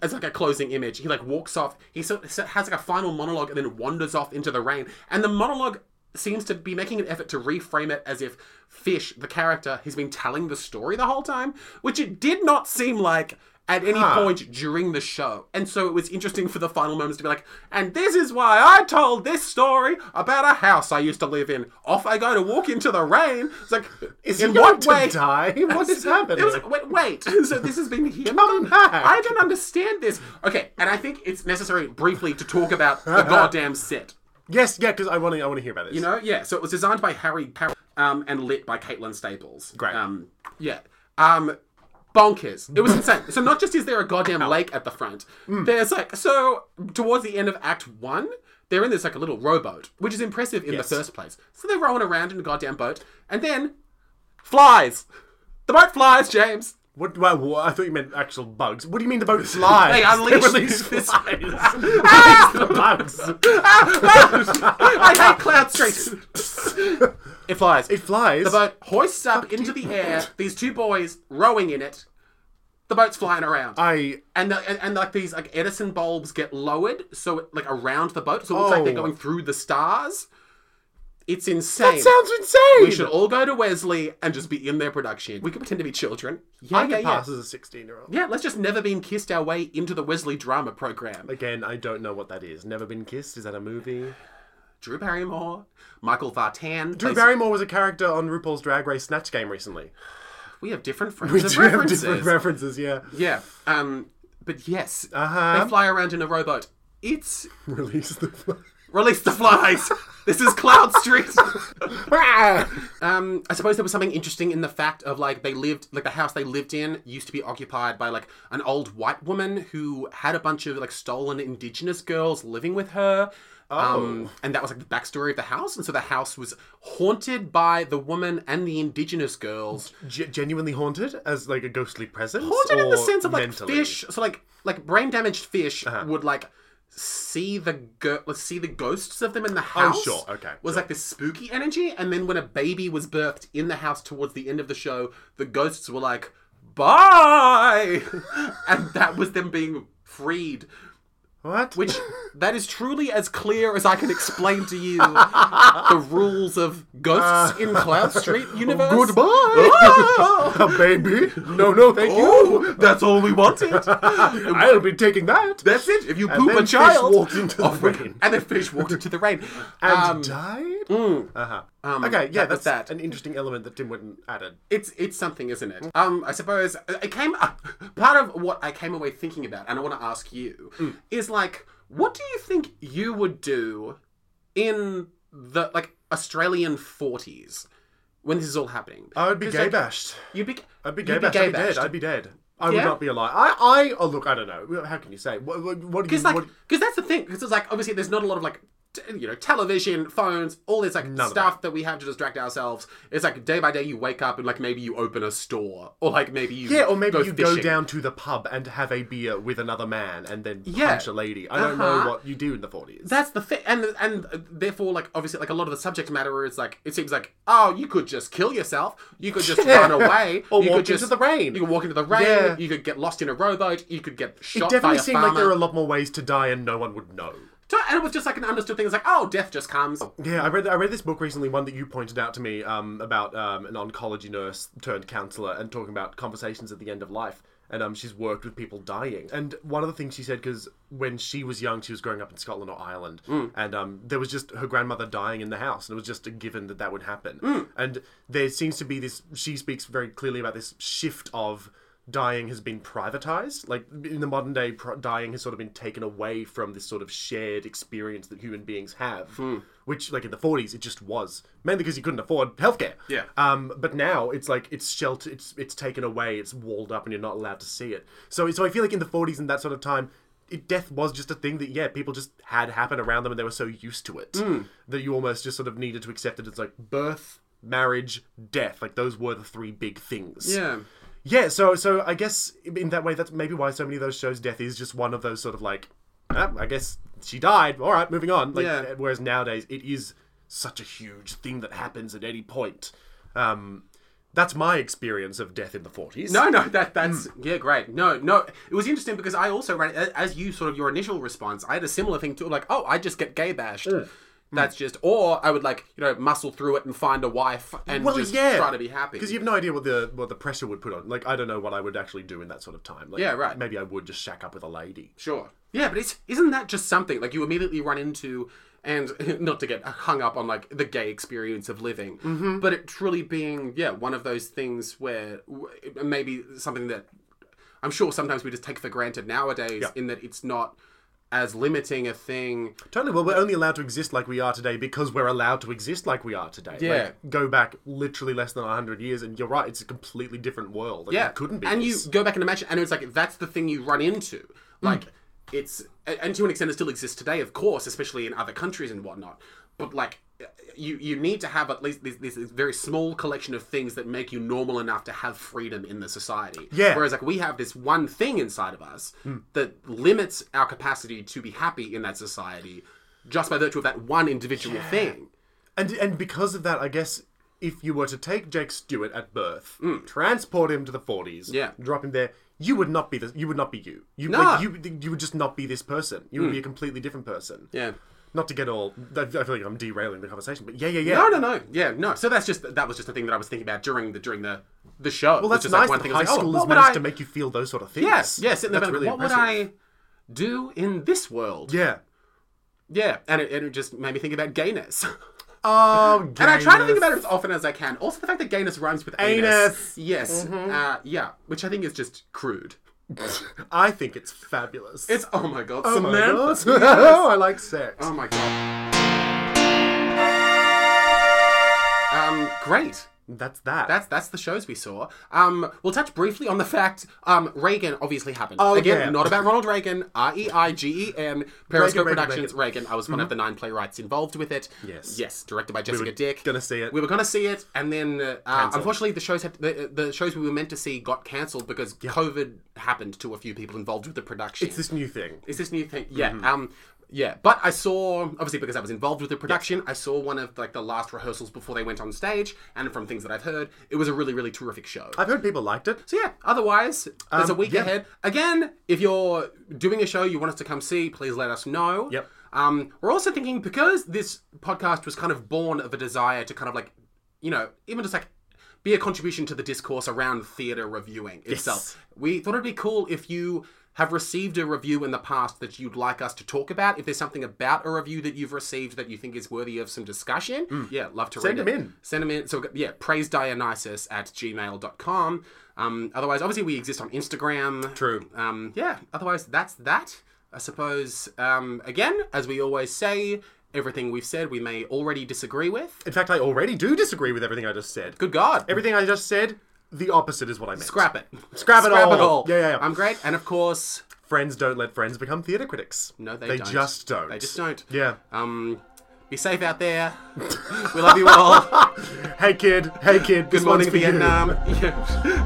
Speaker 1: As like a closing image, he like walks off. He sort of has like a final monologue and then wanders off into the rain. And the monologue seems to be making an effort to reframe it as if Fish, the character, has been telling the story the whole time, which it did not seem like at any point during the show. And so it was interesting for the final moments to be like, and this is why I told this story about a house I used to live in. Off I go to walk into the rain. It's like,
Speaker 2: is
Speaker 1: in
Speaker 2: he
Speaker 1: what
Speaker 2: going to
Speaker 1: way?
Speaker 2: die? What is happening?
Speaker 1: It was like, wait, wait. So this has been him.
Speaker 2: Come back.
Speaker 1: I don't understand this. Okay, and I think it's necessary briefly to talk about the goddamn set.
Speaker 2: yes, yeah, because I want to. I want to hear about this.
Speaker 1: You know, yeah. So it was designed by Harry Par- um, and lit by Caitlin Staples.
Speaker 2: Great.
Speaker 1: Um, yeah. Um, bonkers. It was insane. So not just is there a goddamn lake at the front, there's like so towards the end of Act One. They're in this like a little rowboat, which is impressive in the first place. So they're rowing around in a goddamn boat, and then flies. The boat flies, James.
Speaker 2: What, well, well, I thought you meant actual bugs. What do you mean the boat flies?
Speaker 1: They unleashed
Speaker 2: release
Speaker 1: this-
Speaker 2: flies. Release the bugs.
Speaker 1: I hate Cloud Street. it flies.
Speaker 2: It flies.
Speaker 1: The boat hoists up into the air. These two boys rowing in it. The boat's flying around.
Speaker 2: I.
Speaker 1: and, the, and and like these like Edison bulbs get lowered, so it, like around the boat, so it looks like they're
Speaker 2: Oh.
Speaker 1: going through the stars. It's insane.
Speaker 2: That sounds insane.
Speaker 1: we should all go to Wesley and just be in their production. We can pretend to be children. Yeah,
Speaker 2: I
Speaker 1: yeah, yeah.
Speaker 2: could pass as a sixteen-year-old.
Speaker 1: Yeah, let's just never been kissed our way into the Wesley drama program.
Speaker 2: Again, I don't know what that is. Never been kissed. Is that a movie?
Speaker 1: Drew Barrymore, Michael Vartan.
Speaker 2: Drew
Speaker 1: plays-
Speaker 2: Barrymore was a character on RuPaul's Drag Race Snatch Game recently.
Speaker 1: We have different friends
Speaker 2: We
Speaker 1: and
Speaker 2: do have
Speaker 1: references.
Speaker 2: different references. Yeah.
Speaker 1: Yeah. Um. But yes,
Speaker 2: Uh-huh.
Speaker 1: they fly around in a rowboat. It's
Speaker 2: Release the.
Speaker 1: release the flies. this is Cloud Street.
Speaker 2: Ah!
Speaker 1: um, I suppose there was something interesting in the fact of like they lived, like the house they lived in used to be occupied by like an old white woman who had a bunch of like stolen indigenous girls living with her.
Speaker 2: Oh.
Speaker 1: Um, and that was like the backstory of the house. And so the house was haunted by the woman and the indigenous girls.
Speaker 2: Ge- genuinely haunted as like a ghostly presence.
Speaker 1: haunted in
Speaker 2: or
Speaker 1: the sense of like
Speaker 2: mentally? Uh-huh.
Speaker 1: fish. So like like brain damaged fish would like see the go- like, see the ghosts of them in the house.
Speaker 2: Oh, sure, okay,
Speaker 1: Was
Speaker 2: sure.
Speaker 1: like this spooky energy, and then when a baby was birthed in the house towards the end of the show, the ghosts were like, "Bye," and that was them being freed.
Speaker 2: What?
Speaker 1: Which that is truly as clear as I can explain to you the rules of ghosts in Cloud Street universe.
Speaker 2: Goodbye, A baby. No, no, thank
Speaker 1: Oh, that's all we wanted.
Speaker 2: you. I'll be taking that.
Speaker 1: That's it. If you poop
Speaker 2: then
Speaker 1: a
Speaker 2: fish
Speaker 1: child,
Speaker 2: walked into the
Speaker 1: Oh, wait.
Speaker 2: rain.
Speaker 1: and then fish walked into the rain.
Speaker 2: and
Speaker 1: Um,
Speaker 2: died. uh-huh.
Speaker 1: um,
Speaker 2: okay, yeah,
Speaker 1: that was
Speaker 2: that's
Speaker 1: that.
Speaker 2: an interesting element that Tim Winton added.
Speaker 1: it's it's something, isn't it? Um, I suppose it came part of what I came away thinking about, and I want to ask you
Speaker 2: Mm.
Speaker 1: is like, what do you think you would do in the like Australian forties when this is all happening?
Speaker 2: I would be
Speaker 1: 'Cause,
Speaker 2: gay
Speaker 1: like,
Speaker 2: bashed.
Speaker 1: You'd be
Speaker 2: I'd be
Speaker 1: you'd
Speaker 2: gay bashed. I'd be dead.
Speaker 1: gay-bashed.
Speaker 2: I'd be dead. I
Speaker 1: Yeah.
Speaker 2: would not be alive. I, I, oh look, I don't know. How can you say? What, what, what do you?
Speaker 1: Because like,
Speaker 2: what,
Speaker 1: because that's the thing. Because it's like obviously there's not a lot of like, t- you know, television, phones, all this like
Speaker 2: of
Speaker 1: stuff that. we have to distract ourselves. It's like day by day you wake up and like maybe you open a store or like maybe you
Speaker 2: yeah, or maybe
Speaker 1: go
Speaker 2: you go
Speaker 1: fishing.
Speaker 2: down to the pub and have a beer with another man and then
Speaker 1: Yeah.
Speaker 2: punch a lady. I don't
Speaker 1: Uh-huh.
Speaker 2: know what you do in the forties.
Speaker 1: That's the thing, and and uh, therefore like obviously like a lot of the subject matter is like it seems like oh you could just kill yourself, you could just
Speaker 2: Yeah.
Speaker 1: run away,
Speaker 2: Or
Speaker 1: you
Speaker 2: walk
Speaker 1: could just,
Speaker 2: into the rain.
Speaker 1: you could walk into the rain,
Speaker 2: Yeah.
Speaker 1: you could get lost in a rowboat, you could get
Speaker 2: It
Speaker 1: shot by
Speaker 2: definitely
Speaker 1: a
Speaker 2: seemed
Speaker 1: farmer.
Speaker 2: like there were a lot more ways to die and no one would know.
Speaker 1: And it was just like an understood thing. It's like oh death just comes.
Speaker 2: Yeah, I read I read this book recently, one that you pointed out to me um, about um, an oncology nurse turned counselor and talking about conversations at the end of life. And um, she's worked with people dying. And one of the things she said, because when she was young, she was growing up in Scotland or Ireland, and um, there was just her grandmother dying in the house, and it was just a given that that would happen. And there seems to be this, she speaks very clearly about this shift of dying has been privatized. Like in the modern day, pr- dying has sort of been taken away from this sort of shared experience that human beings have,
Speaker 1: Hmm.
Speaker 2: which, like in the 40s, it just was mainly because you couldn't afford healthcare.
Speaker 1: Yeah.
Speaker 2: Um, but now it's like it's sheltered, it's it's taken away, it's walled up, and you're not allowed to see it. So so I feel like in the 40s and that sort of time. It, death was just a thing that yeah people just had happen around them and they were so used to it
Speaker 1: Hmm.
Speaker 2: that you almost just sort of needed to accept it as like birth marriage death like those were the three big things
Speaker 1: Yeah.
Speaker 2: yeah, so so I guess in that way, that's maybe why so many of those shows, death is just one of those sort of like, ah, I guess she died. All right, moving on. Like,
Speaker 1: Yeah.
Speaker 2: Whereas nowadays, it is such a huge thing that happens at any point. Um, that's my experience of death in the forties.
Speaker 1: No, no, that that's
Speaker 2: Mm.
Speaker 1: yeah, great. No, no, it was interesting because I also ran a- as you sort of your initial response. I had a similar thing too, like oh, I just get gay bashed.
Speaker 2: Mm.
Speaker 1: That's just, or I would like you know muscle through it and find a wife and
Speaker 2: Well,
Speaker 1: just
Speaker 2: yeah.
Speaker 1: try to be happy.
Speaker 2: Because you have no idea what the what the pressure would put on. Like I don't know what I would actually do in that sort of time. Like,
Speaker 1: Yeah, right.
Speaker 2: Maybe I would just shack up with a lady.
Speaker 1: Sure. Yeah, but it's isn't that just something like you immediately run into and not to get hung up on like the gay experience of living, but it truly being yeah one of those things where w- it may be something that I'm sure sometimes we just take for granted nowadays in that it's not as limiting a thing.
Speaker 2: Totally. Well, we're only allowed to exist like we are today because we're allowed to exist like we are today.
Speaker 1: Yeah.
Speaker 2: Like, go back literally less than 100 years, and you're right, it's a completely different world. Like,
Speaker 1: Yeah,
Speaker 2: It couldn't be.
Speaker 1: And you
Speaker 2: this.
Speaker 1: go back and imagine, and it's like that's the thing you run into.
Speaker 2: Hmm.
Speaker 1: Like it's a- and to an extent it still exists today, of course, especially in other countries and whatnot. But like you you need to have at least this, this, this very small collection of things that make you normal enough to have freedom in the society.
Speaker 2: Yeah. Hmm.
Speaker 1: Whereas like we have this one thing inside of us that limits our capacity to be happy in that society just by virtue of that one individual thing.
Speaker 2: And, and because of that, I guess if you were to take Jake Stewart at birth, transport him to the 40s,
Speaker 1: Mm. Yeah.
Speaker 2: drop him there, you would not be this. You would not be you. You,
Speaker 1: No.
Speaker 2: like, you, you would just not be this person. You
Speaker 1: Mm.
Speaker 2: would be a completely different person.
Speaker 1: Yeah.
Speaker 2: Not to get all. I I feel like I'm derailing the conversation, but yeah, yeah, yeah.
Speaker 1: No, no, no. Yeah, no. So that's just that was just the thing that I was thinking about during the during the the show.
Speaker 2: Well, that's nice. that high
Speaker 1: oh,
Speaker 2: school has managed to make you feel those sort of things.
Speaker 1: Yes, yes. In the
Speaker 2: That's
Speaker 1: back,
Speaker 2: really
Speaker 1: what
Speaker 2: impressive.
Speaker 1: would I do in this world? Yeah,
Speaker 2: Yeah.
Speaker 1: and, it, and it just made me think about gayness.
Speaker 2: Oh,
Speaker 1: And I try to think about it as often as I can. Also, the fact that gayness rhymes with anus.
Speaker 2: Anus. Mm-hmm.
Speaker 1: Yes. Uh, yeah, which I think is just crude.
Speaker 2: I think it's fabulous.
Speaker 1: It's oh my god,
Speaker 2: Oh my
Speaker 1: Samantha.
Speaker 2: God. No, I like sex.
Speaker 1: Oh my god. Um, great.
Speaker 2: That's that.
Speaker 1: That's that's the shows we saw. Um, we'll touch briefly on the fact um, Reagan obviously happened.
Speaker 2: Oh,
Speaker 1: Again,
Speaker 2: yeah.
Speaker 1: not about Ronald Reagan. R E I G E N. Periscope
Speaker 2: Reagan, Mm-hmm.
Speaker 1: Productions. Reagan. I was one of the nine playwrights involved with it.
Speaker 2: Yes.
Speaker 1: Yes. Directed by Jessica Dick.
Speaker 2: gonna see it.
Speaker 1: We were gonna see it, and then uh, uh, unfortunately the shows had, the, the shows we were meant to see got cancelled because COVID happened to a few people involved with the production
Speaker 2: it's this new thing.
Speaker 1: is this new thing? Yeah. Um. Yeah. But I saw obviously because I was involved with the production, I saw one of like the last rehearsals before they went on stage, and from things that I've heard, it was a really really terrific show.
Speaker 2: I've heard people liked it.
Speaker 1: so yeah, otherwise, there's a
Speaker 2: Um,
Speaker 1: week
Speaker 2: yeah.
Speaker 1: ahead. Again, if you're doing a show you want us to come see, please let us know.
Speaker 2: Yep.
Speaker 1: Um, we're also thinking because this podcast was kind of born of a desire to kind of like, you know, even just like be a contribution to the discourse around theatre reviewing itself. We thought it'd be cool if you have received a review in the past that you'd like us to talk about. If there's something about a review that you've received that you think is worthy of some discussion, yeah, love to
Speaker 2: Mm. Send
Speaker 1: read
Speaker 2: them
Speaker 1: it.
Speaker 2: in.
Speaker 1: Send them in. So, yeah, praise Dionysus at gmail.com. Um, otherwise, obviously, we exist on Instagram.
Speaker 2: True.
Speaker 1: Um, yeah, otherwise, that's that. I suppose, um, again, as we always say, everything we've said we may already disagree with.
Speaker 2: In fact, I already do disagree with everything I just said.
Speaker 1: Good God.
Speaker 2: Everything I just said, the opposite is what I meant.
Speaker 1: Scrap it.
Speaker 2: Scrap it all.
Speaker 1: Yeah,
Speaker 2: Yeah, yeah, yeah.
Speaker 1: I'm great. And of course,
Speaker 2: Friends don't let friends become theatre critics.
Speaker 1: no, they,
Speaker 2: They
Speaker 1: don't.
Speaker 2: just don't.
Speaker 1: They just don't.
Speaker 2: Yeah.
Speaker 1: Um, be safe out there. we love you all.
Speaker 2: Hey kid. Hey kid.
Speaker 1: Good
Speaker 2: this
Speaker 1: morning,
Speaker 2: one's for you.
Speaker 1: Vietnam.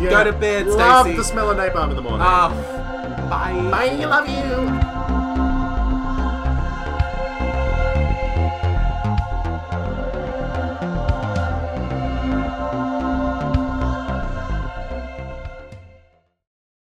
Speaker 2: Yeah.
Speaker 1: Go to bed,
Speaker 2: Love
Speaker 1: Stacey. Uh,
Speaker 2: the smell of napalm in the morning.
Speaker 1: Ah, Bye.
Speaker 2: I love you.